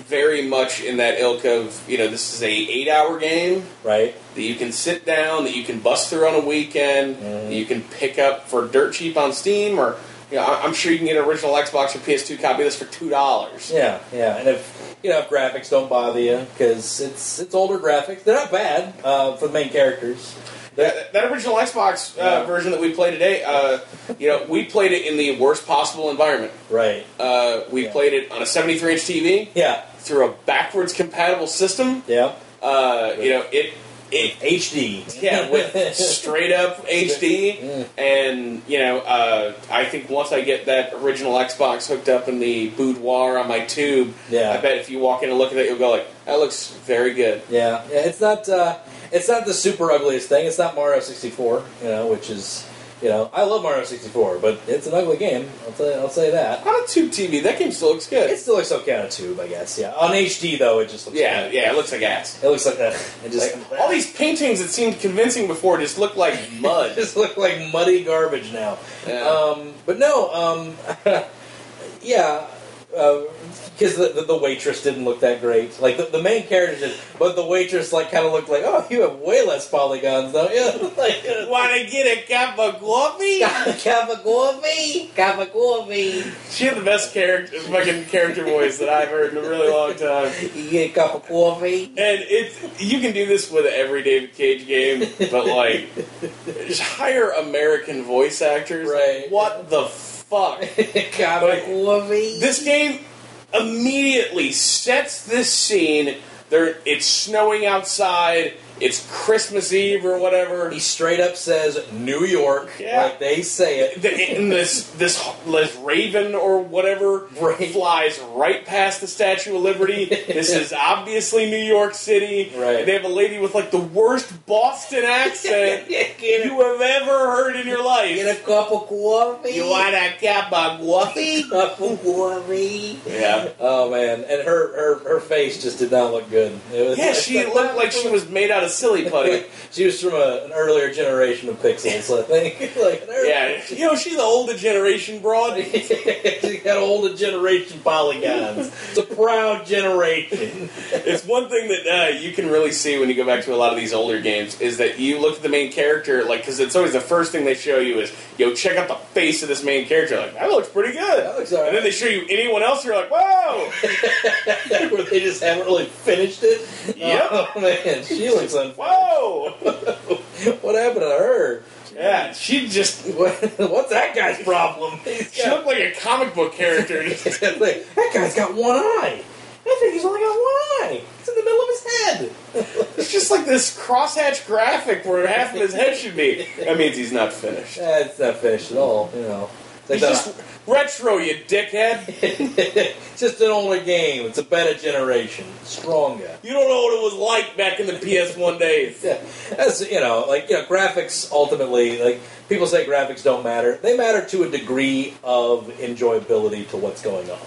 Speaker 6: very much in that ilk of you know this is a eight hour game
Speaker 5: Right.
Speaker 6: that you can sit down that you can bust through on a weekend
Speaker 5: Mm.
Speaker 6: that you can pick up for dirt cheap on Steam or you know I- I'm sure you can get an original Xbox or PS2 copy of this for two dollars.
Speaker 5: Yeah, yeah. And if you know, if graphics don't bother you because it's it's older graphics, they're not bad uh, for the main characters.
Speaker 6: That, that original Xbox uh,
Speaker 5: Yeah.
Speaker 6: version that we played today, uh, you know, we played it in the worst possible environment.
Speaker 5: Right.
Speaker 6: Uh, we
Speaker 5: Yeah.
Speaker 6: played it on a 73 inch TV
Speaker 5: Yeah.
Speaker 6: through a backwards compatible system.
Speaker 5: Yeah.
Speaker 6: Uh, you know, it it
Speaker 5: HD.
Speaker 6: yeah, with straight up HD, and you know, uh, I think once I get that original Xbox hooked up in the boudoir on my tube,
Speaker 5: Yeah.
Speaker 6: I bet if you walk in and look at it, you'll go like, "That looks very good."
Speaker 5: Yeah. Yeah. It's not. Uh, it's not the super ugliest thing. It's not Mario 64. You know, which is. You know, I love Mario 64, but it's an ugly game. I'll tell you, I'll say that.
Speaker 6: On a tube TV, that game still looks good.
Speaker 5: It still looks okay on a tube, I guess. Yeah, on HD though, it just looks.
Speaker 6: yeah,
Speaker 5: kinda-
Speaker 6: yeah, it looks like ass.
Speaker 5: It looks like that. It just
Speaker 6: Like, all these paintings that seemed convincing before just look like
Speaker 5: It
Speaker 6: mud.
Speaker 5: just look like muddy garbage now.
Speaker 6: Yeah.
Speaker 5: Um, but no, um, yeah, because the, the, the waitress didn't look that great. Like the, the main character did, but the waitress like kind of looked like, oh, you have way less polygons, don't you? like, uh,
Speaker 6: Wanna get a cup of coffee?
Speaker 5: Kavagovi, Kavagovi,
Speaker 6: She had the best character, fucking character voice that I've heard in a really long time.
Speaker 5: you get a cup of coffee.
Speaker 6: And it's you can do this with every David Cage game, but like just hire American voice actors.
Speaker 5: Right.
Speaker 6: What the fuck?
Speaker 5: cup of
Speaker 6: Like,
Speaker 5: coffee.
Speaker 6: this game immediately sets this scene. There, it's snowing outside. It's Christmas Eve or whatever.
Speaker 5: he straight up says New York,
Speaker 6: Yeah.
Speaker 5: like they say it.
Speaker 6: The- And this this this raven or whatever
Speaker 5: Right.
Speaker 6: flies right past the Statue of Liberty. This is obviously New York City.
Speaker 5: Right.
Speaker 6: They have a lady with like the worst Boston accent
Speaker 5: get, a,
Speaker 6: you have ever heard in your
Speaker 5: get
Speaker 6: life.
Speaker 5: a cup of coffee.
Speaker 6: You want a cup of coffee?
Speaker 5: cup of coffee.
Speaker 6: Yeah.
Speaker 5: Oh man, and her her, her face just did not look good. It was
Speaker 6: Yeah, she looked like she was made out of silly putty.
Speaker 5: she was from a, an earlier generation of pixels, I think. like an earlier-
Speaker 6: Yeah. You know, she's the older generation broad.
Speaker 5: she got older generation polygons. It's a proud generation.
Speaker 6: It's one thing that uh, you can really see when you go back to a lot of these older games is that you look at the main character, like, because it's always the first thing they show you is, yo, check out the face of this main character. Like, that looks pretty good.
Speaker 5: That looks all
Speaker 6: And then
Speaker 5: right.
Speaker 6: they show you anyone else, you're like, whoa!
Speaker 5: Where they just haven't really finished it.
Speaker 6: Yep.
Speaker 5: Oh man, she looks un.
Speaker 6: Whoa!
Speaker 5: What happened to her?
Speaker 6: Yeah, she just.
Speaker 5: What, what's that guy's problem? He's
Speaker 6: She
Speaker 5: got-
Speaker 6: looked like a comic book character.
Speaker 5: like, that guy's got one eye. I think he's only got one eye. It's in the middle of his head.
Speaker 6: It's just like this crosshatch graphic where half of his head should be. That means he's not finished.
Speaker 5: Eh, it's not finished at all, you know. It's, like
Speaker 6: He's just retro, you
Speaker 5: that-
Speaker 6: dickhead.
Speaker 5: it's just an older game. It's a better generation, stronger.
Speaker 6: You don't know what it was like back in the PS1 days.
Speaker 5: Yeah, that's you know, like you know, graphics ultimately, like people say, graphics don't matter. They matter to a degree of enjoyability to what's going on.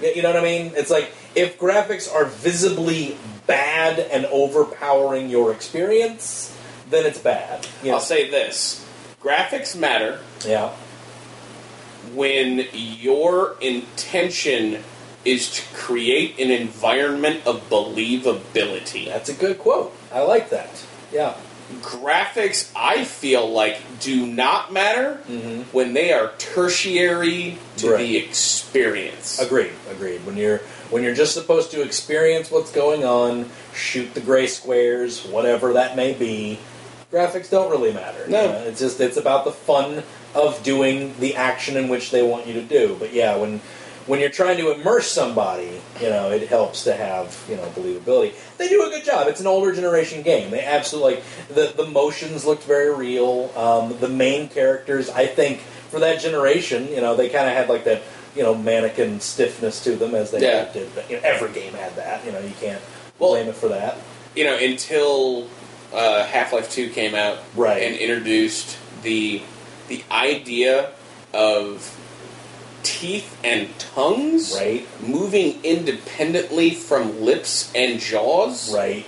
Speaker 5: Yeah, You know what I mean? It's like if graphics are visibly bad and overpowering your experience, then it's bad. You know?
Speaker 6: I'll say this graphics matter
Speaker 5: Yeah,
Speaker 6: when your intention is to create an environment of believability.
Speaker 5: that's a good quote. I like that. Yeah.
Speaker 6: Graphics, I feel like, do not matter when they are tertiary to
Speaker 5: Mm-hmm. Right.
Speaker 6: the experience.
Speaker 5: Agreed. Agreed. When you're when you're just supposed to experience what's going on, shoot the gray squares, whatever that may be, graphics don't really matter.
Speaker 6: No.
Speaker 5: Uh, it's just it's about the fun of doing the action in which they want you to do. But yeah, when when you're trying to immerse somebody, you know, it helps to have, you know, believability. They do a good job. It's an older generation game. They absolutely like the the motions looked very real. Um, the main characters, I think, for that generation, you know, they kind of had like that, you know, mannequin stiffness to them as they
Speaker 6: Yeah.
Speaker 5: did. But, you know, every game had that. You know, you can't
Speaker 6: Well-
Speaker 5: blame it for that.
Speaker 6: you know, until uh, Half Life Two came out
Speaker 5: Right.
Speaker 6: and introduced the the idea of teeth and tongues
Speaker 5: Right.
Speaker 6: moving independently from lips and jaws.
Speaker 5: right?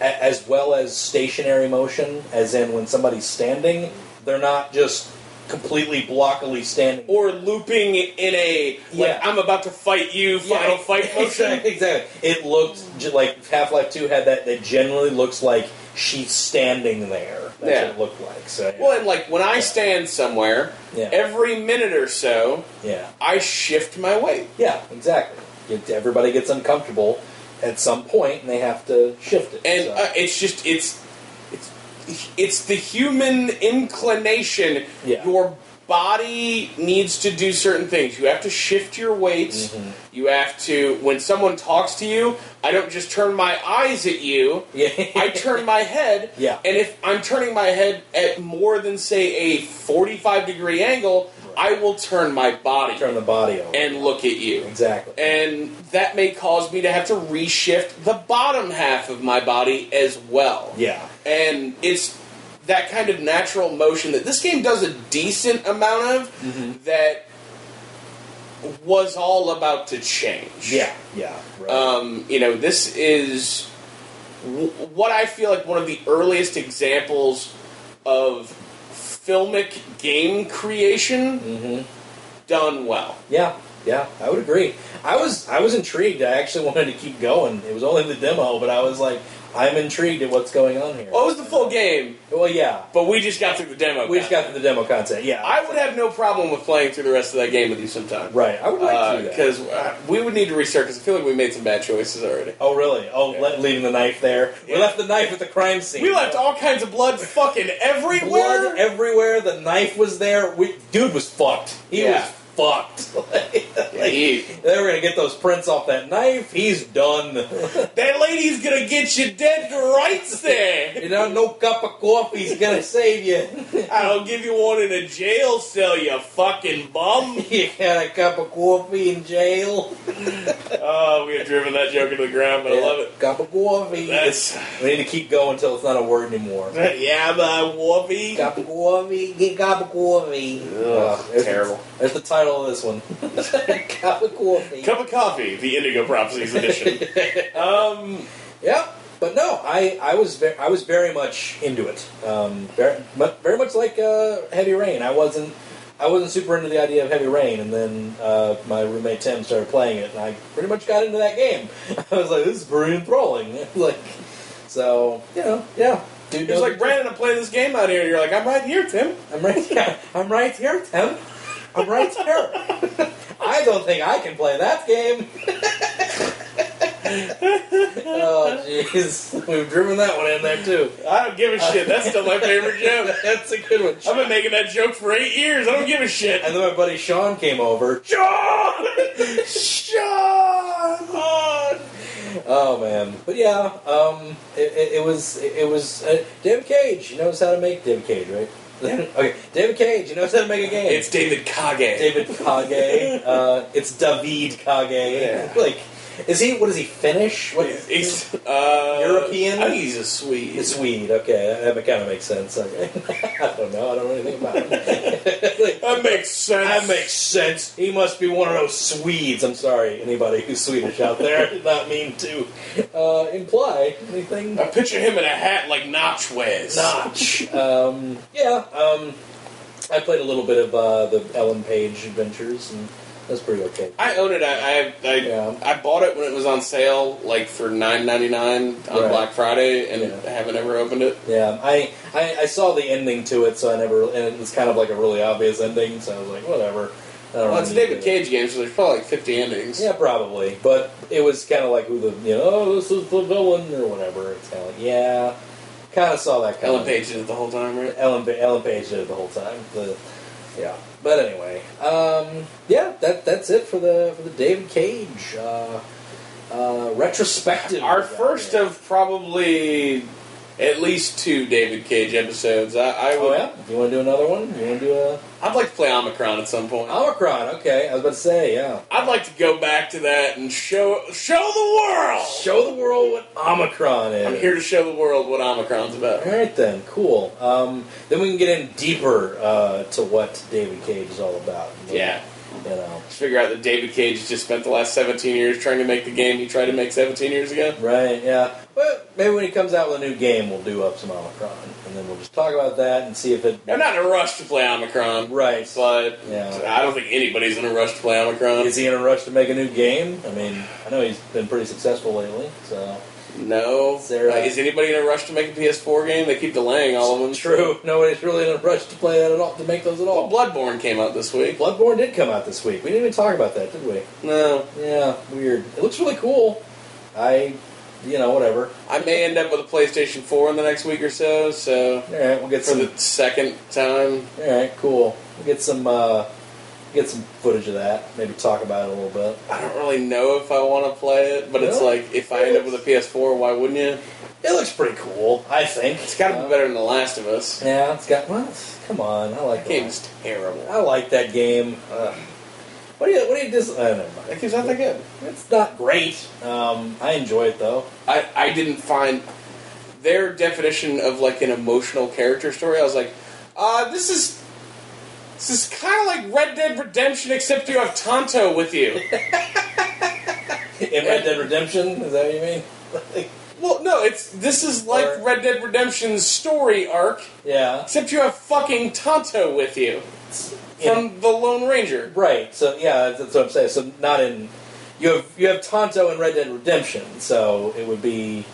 Speaker 5: A- as well as stationary motion, as in when somebody's standing, they're not just completely blockily standing.
Speaker 6: Or looping in a like
Speaker 5: Yeah.
Speaker 6: I'm about to fight you final fight motion.
Speaker 5: Exactly. exactly. It looked j- like Half Life Two had that. That generally looks like she's standing there. That's
Speaker 6: Yeah.
Speaker 5: what it looked like. So yeah.
Speaker 6: Well, and like when I stand somewhere,
Speaker 5: Yeah.
Speaker 6: every minute or so,
Speaker 5: yeah,
Speaker 6: I shift my weight.
Speaker 5: yeah, exactly. It, everybody gets uncomfortable at some point, and they have to shift it.
Speaker 6: and
Speaker 5: so.
Speaker 6: uh, it's just it's it's it's the human inclination
Speaker 5: Yeah.
Speaker 6: your body needs to do certain things you have to shift your weights
Speaker 5: Mm-hmm.
Speaker 6: you have to when someone talks to you i don't just turn my eyes at you
Speaker 5: yeah.
Speaker 6: i turn my head
Speaker 5: Yeah.
Speaker 6: and if i'm turning my head at more than say a 45 degree angle i will turn my body
Speaker 5: turn the body over.
Speaker 6: and look at you
Speaker 5: exactly.
Speaker 6: and that may cause me to have to reshift the bottom half of my body as well.
Speaker 5: yeah.
Speaker 6: And it's that kind of natural motion that this game does a decent amount of
Speaker 5: Mm-hmm.
Speaker 6: that was all about to change.
Speaker 5: Yeah. Yeah. Right.
Speaker 6: Um, you know, this is w- what I feel like one of the earliest examples of filmic game creation
Speaker 5: Mm-hmm.
Speaker 6: done well.
Speaker 5: Yeah, yeah, I would agree. I was I was intrigued. I actually wanted to keep going. It was only the demo, but I was like, I'm intrigued at what's going on here.
Speaker 6: What was the full game?
Speaker 5: Well, yeah,
Speaker 6: But we just got through the demo.
Speaker 5: we just
Speaker 6: Kyle.
Speaker 5: got to the demo content. Yeah,
Speaker 6: I would have no problem with playing through the rest of that game with you sometime.
Speaker 5: right. I would like
Speaker 6: Uh,
Speaker 5: to do that.
Speaker 6: Because we would need to restart. Because I feel like we made some bad choices already.
Speaker 5: Oh really? Oh, le- leaving the knife there.
Speaker 6: Yeah.
Speaker 5: We left the knife at the crime scene.
Speaker 6: We left all kinds of blood fucking everywhere.
Speaker 5: blood everywhere. The knife was there. We, dude was fucked. He
Speaker 6: Yeah.
Speaker 5: was fucked.
Speaker 6: Yeah, you-
Speaker 5: they were gonna get those prints off that knife. He's done.
Speaker 6: that lady's gonna get you dead to rights there.
Speaker 5: you know, no cup of coffee's gonna save you.
Speaker 6: I'll give you one in a jail cell, you fucking bum.
Speaker 5: You got a cup of coffee in jail.
Speaker 6: Oh, we have driven that joke into the ground, but I love it.
Speaker 5: Cup of coffee.
Speaker 6: That's
Speaker 5: we need to keep going until it's not a word anymore.
Speaker 6: yeah, but Whoopi.
Speaker 5: cup of coffee. Get cup of coffee. Ugh, there's
Speaker 6: terrible.
Speaker 5: The, there's the title of this one. cup of coffee.
Speaker 6: Cup of coffee, the Indigo Prophecies edition. um,
Speaker 5: Yep. But no, I, I was very, I was very much into it. Um, very, mu- very much like uh, Heavy Rain. I wasn't I wasn't super into the idea of Heavy Rain, and then uh, my roommate Tim started playing it, and I pretty much got into that game. I was like, this is pretty enthralling. like, so you know, yeah. Dude,
Speaker 6: it was
Speaker 5: knows-
Speaker 6: like Brandon, I'm playing this game out here, and you're like, I'm right here, Tim.
Speaker 5: I'm right here. I'm right here, Tim. I'm right here. I don't think I can play that game. oh, jeez. We've driven that one in there, too.
Speaker 6: I don't give a shit. That's still my favorite joke.
Speaker 5: That's a good one.
Speaker 6: I've been making that joke for eight years. I don't give a shit.
Speaker 5: And then my buddy Sean came over.
Speaker 6: Sean! Sean!
Speaker 5: Oh, man. But yeah, um, it, it, it was, it, it was, uh, David Cage. He knows how to make David Cage, right? okay, David Cage. He knows how to make a game.
Speaker 6: It's David Kage.
Speaker 5: David Kage. Uh, it's David Kage.
Speaker 6: Yeah.
Speaker 5: Like, is he? What is he? Finnish? What?
Speaker 6: He's, uh,
Speaker 5: European?
Speaker 6: I think he's a Swede.
Speaker 5: He's Swede. Okay, that kind of makes sense. Okay. I don't know. I don't know anything about him.
Speaker 6: that makes sense.
Speaker 5: that makes sense. He must be one of those Swedes. I'm sorry, anybody who's Swedish out there. Did not mean to uh, imply anything.
Speaker 6: I picture him in a hat like Notch wears.
Speaker 5: Notch. Um, yeah. Um, I played a little bit of uh, the Ellen Page adventures, and that's pretty okay.
Speaker 6: I own it. I I, I,
Speaker 5: Yeah.
Speaker 6: I bought it when it was on sale, like for nine ninety nine on
Speaker 5: Right.
Speaker 6: Black Friday, and
Speaker 5: Yeah.
Speaker 6: I haven't ever opened it.
Speaker 5: Yeah, I, I I saw the ending to it, so I never, and it was kind of like a really obvious ending, so I was like, whatever. I don't
Speaker 6: Well, it's a
Speaker 5: really
Speaker 6: David
Speaker 5: need
Speaker 6: Cage game, so there's probably like fifty endings.
Speaker 5: to- Yeah, probably, but it was kind of like who the you know oh, this is the villain or whatever. It's kind of like yeah, kind of saw that. Coming.
Speaker 6: Ellen Page did it the whole time, right?
Speaker 5: Ellen Pa- Ellen Page did it the whole time. The, yeah, but anyway, um, yeah, that that's it for the for the David Cage uh, uh, retrospective.
Speaker 6: Our first of probably at least two David Cage episodes. I, I would.
Speaker 5: Oh yeah, you want to do another one? You want to do a
Speaker 6: I'd like to play Omicron at some point.
Speaker 5: Omicron? Okay, I was about to say yeah.
Speaker 6: I'd like to go back to that and show show the world.
Speaker 5: Show the world what Omicron is.
Speaker 6: I'm here to show the world what Omicron's about.
Speaker 5: All right then, cool. Um, then we can get in deeper uh, to what David Cage is all about.
Speaker 6: Yeah.
Speaker 5: you know,
Speaker 6: Just figure out that David Cage has just spent the last 17 years trying to make the game he tried to make 17 years ago.
Speaker 5: right? Yeah. Well, maybe when he comes out with a new game, we'll do up some Omicron, and then we'll just talk about that and see if it.
Speaker 6: I'm not in a rush to play Omicron,
Speaker 5: Right.
Speaker 6: but
Speaker 5: Yeah.
Speaker 6: I don't think anybody's in a rush to play Omicron.
Speaker 5: Is he in a rush to make a new game? I mean, I know he's been pretty successful lately, so
Speaker 6: no.
Speaker 5: Is there a-
Speaker 6: Uh, is anybody in a rush to make a PS4 game? They keep delaying all of them.
Speaker 5: true. Nobody's really in a rush to play that at all, to make those at
Speaker 6: Well,
Speaker 5: all.
Speaker 6: Bloodborne came out this week.
Speaker 5: Bloodborne did come out this week. We didn't even talk about that, did we?
Speaker 6: No.
Speaker 5: Yeah, weird. It looks really cool. I, you know, whatever.
Speaker 6: I may end up with a PlayStation 4 in the next week or so, so
Speaker 5: All right, we'll get
Speaker 6: for
Speaker 5: some.
Speaker 6: the second time.
Speaker 5: All right, cool. We'll get some uh, get some footage of that. Maybe talk about it a little bit.
Speaker 6: I don't really know if I want to play it, but it's
Speaker 5: Really?
Speaker 6: like if I end up with a PS4, why wouldn't you?
Speaker 5: It looks pretty cool. I think
Speaker 6: It's got to be better than The Last of Us.
Speaker 5: Uh, Yeah, it's got. Well, come on, I like
Speaker 6: That
Speaker 5: the
Speaker 6: game
Speaker 5: last-
Speaker 6: is terrible.
Speaker 5: I like that game. Ugh. What do you? What do you dis? I don't
Speaker 6: That
Speaker 5: know.
Speaker 6: game's not that good.
Speaker 5: It's not great. Um, I enjoy it though.
Speaker 6: I, I didn't find their definition of like an emotional character story. I was like, uh, this is this is kind of like Red Dead Redemption, except you have Tonto with you.
Speaker 5: In Red Dead Redemption, is that what you mean?
Speaker 6: well, no, it's this is like
Speaker 5: Or-
Speaker 6: Red Dead Redemption's story arc,
Speaker 5: yeah.
Speaker 6: except you have fucking Tonto with you
Speaker 5: In-
Speaker 6: from the Lone Ranger.
Speaker 5: Right. So yeah, that's what I'm saying. So not in you have you have Tonto in Red Dead Redemption. So it would be.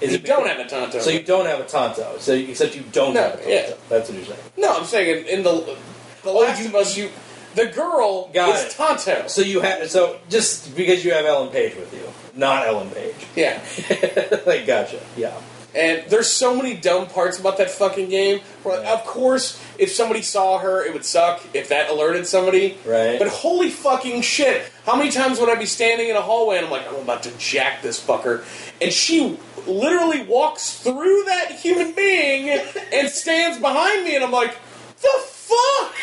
Speaker 5: Is
Speaker 6: You
Speaker 5: it
Speaker 6: don't have a Tonto.
Speaker 5: So you don't have a Tonto. So you, except you don't
Speaker 6: No,
Speaker 5: have a Tonto.
Speaker 6: yeah.
Speaker 5: That's what you're saying.
Speaker 6: no, I'm saying in, in the the Last
Speaker 5: Oh, you-
Speaker 6: of Us, you the girl
Speaker 5: Got
Speaker 6: is
Speaker 5: it.
Speaker 6: Tonto.
Speaker 5: So you have so just because you have Ellen Page with you, not Ellen Page.
Speaker 6: yeah.
Speaker 5: like gotcha. Yeah.
Speaker 6: And there's so many dumb parts about that fucking game. Where, like,
Speaker 5: Yeah.
Speaker 6: Of course, if somebody saw her, it would suck if that alerted somebody.
Speaker 5: Right.
Speaker 6: But holy fucking shit, how many times would I be standing in a hallway and I'm like, I'm about to jack this fucker? And she literally walks through that human being and stands behind me, and I'm like, the fuck?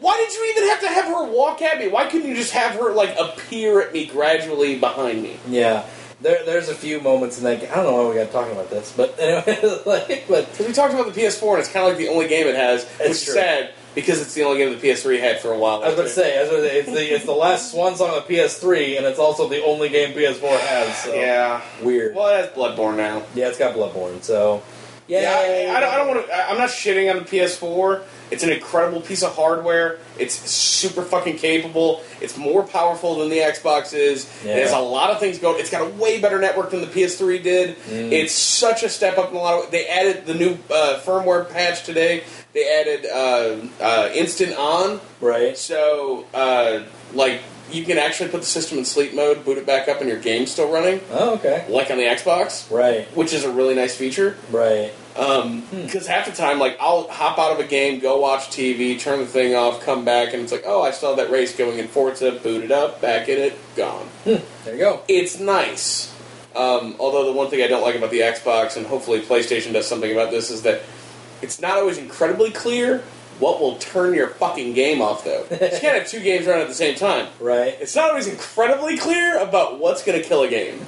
Speaker 6: Why did you even have to have her walk at me? Why couldn't you just have her, like, appear at me gradually behind me?
Speaker 5: Yeah. There, there's a few moments in that game. I don't know why we got talking about this, but anyway, like, but
Speaker 6: Because we talked about the PS4, and it's kind of like the only game it has, which is
Speaker 5: true.
Speaker 6: sad because it's the only game the PS3 had for a while.
Speaker 5: I was about to say, I was about to say, it's the it's the last swan song of PS3, and it's also the only game PS4 has. So.
Speaker 6: yeah.
Speaker 5: Weird.
Speaker 6: Well, it has Bloodborne now.
Speaker 5: Yeah, it's got Bloodborne. So.
Speaker 6: Yeah, I, I don't, I don't want to. I'm not shitting on the PS4. It's an incredible piece of hardware. It's super fucking capable. It's more powerful than the Xbox is.
Speaker 5: Yeah.
Speaker 6: It has a lot of things going. It's got a way better network than the PS3 did. It's such a step up in a lot of. They added the new uh, firmware patch today. They added uh, uh, instant on,
Speaker 5: Right.
Speaker 6: So, uh, like, you can actually put the system in sleep mode, boot it back up, and your game's still running,
Speaker 5: Oh, okay.
Speaker 6: like on the Xbox,
Speaker 5: Right.
Speaker 6: which is a really nice feature.
Speaker 5: Right.
Speaker 6: Because half the time, like, I'll hop out of a game, go watch TV, turn the thing off, come back, and it's like, oh, I saw that race going in Forza, boot it up, back in it, gone.
Speaker 5: There you go.
Speaker 6: It's nice. Um, although the one thing I don't like about the Xbox, and hopefully PlayStation does something about this, is that it's not always incredibly clear what will turn your fucking game off. Though you can't have two games running at the same time.
Speaker 5: Right.
Speaker 6: It's not always incredibly clear about what's going to kill a game.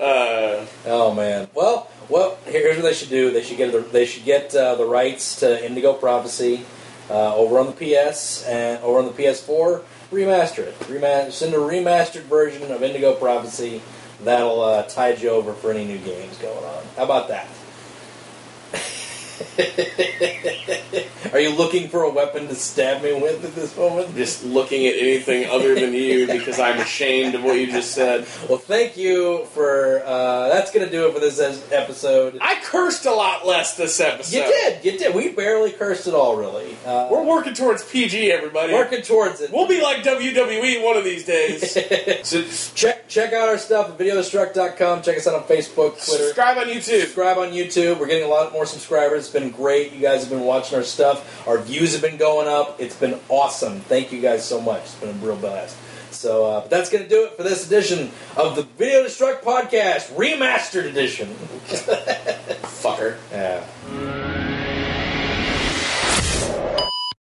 Speaker 6: uh,
Speaker 5: Oh man. Well, well. Here's what they should do. They should get the, they should get uh, the rights to Indigo Prophecy uh, over on the PS and over on the PS4. Remaster it. Remaster. Send a remastered version of Indigo Prophecy. That'll uh, tide you over for any new games going on. How about that? Are you looking for a weapon to stab me with at this moment?
Speaker 6: just looking at anything other than you because I'm ashamed of what you just said.
Speaker 5: Well, thank you for. Uh, that's gonna do it for this es- episode.
Speaker 6: I cursed a lot less this episode.
Speaker 5: You did, you did. We barely cursed at all, really. Uh,
Speaker 6: We're working towards PG, everybody.
Speaker 5: working towards it.
Speaker 6: We'll be like WWE one of these days. So-
Speaker 5: Check check out our stuff at videostruck.com. Check us out on Facebook, Twitter.
Speaker 6: Subscribe on YouTube.
Speaker 5: Subscribe on YouTube. We're getting a lot more subscribers. It's been great. You guys have been watching our stuff. Our views have been going up. It's been awesome. Thank you guys so much. It's been a real blast. So uh, but that's going to do it for this edition of the Video Destruct Podcast Remastered Edition.
Speaker 6: Fucker.
Speaker 5: Yeah.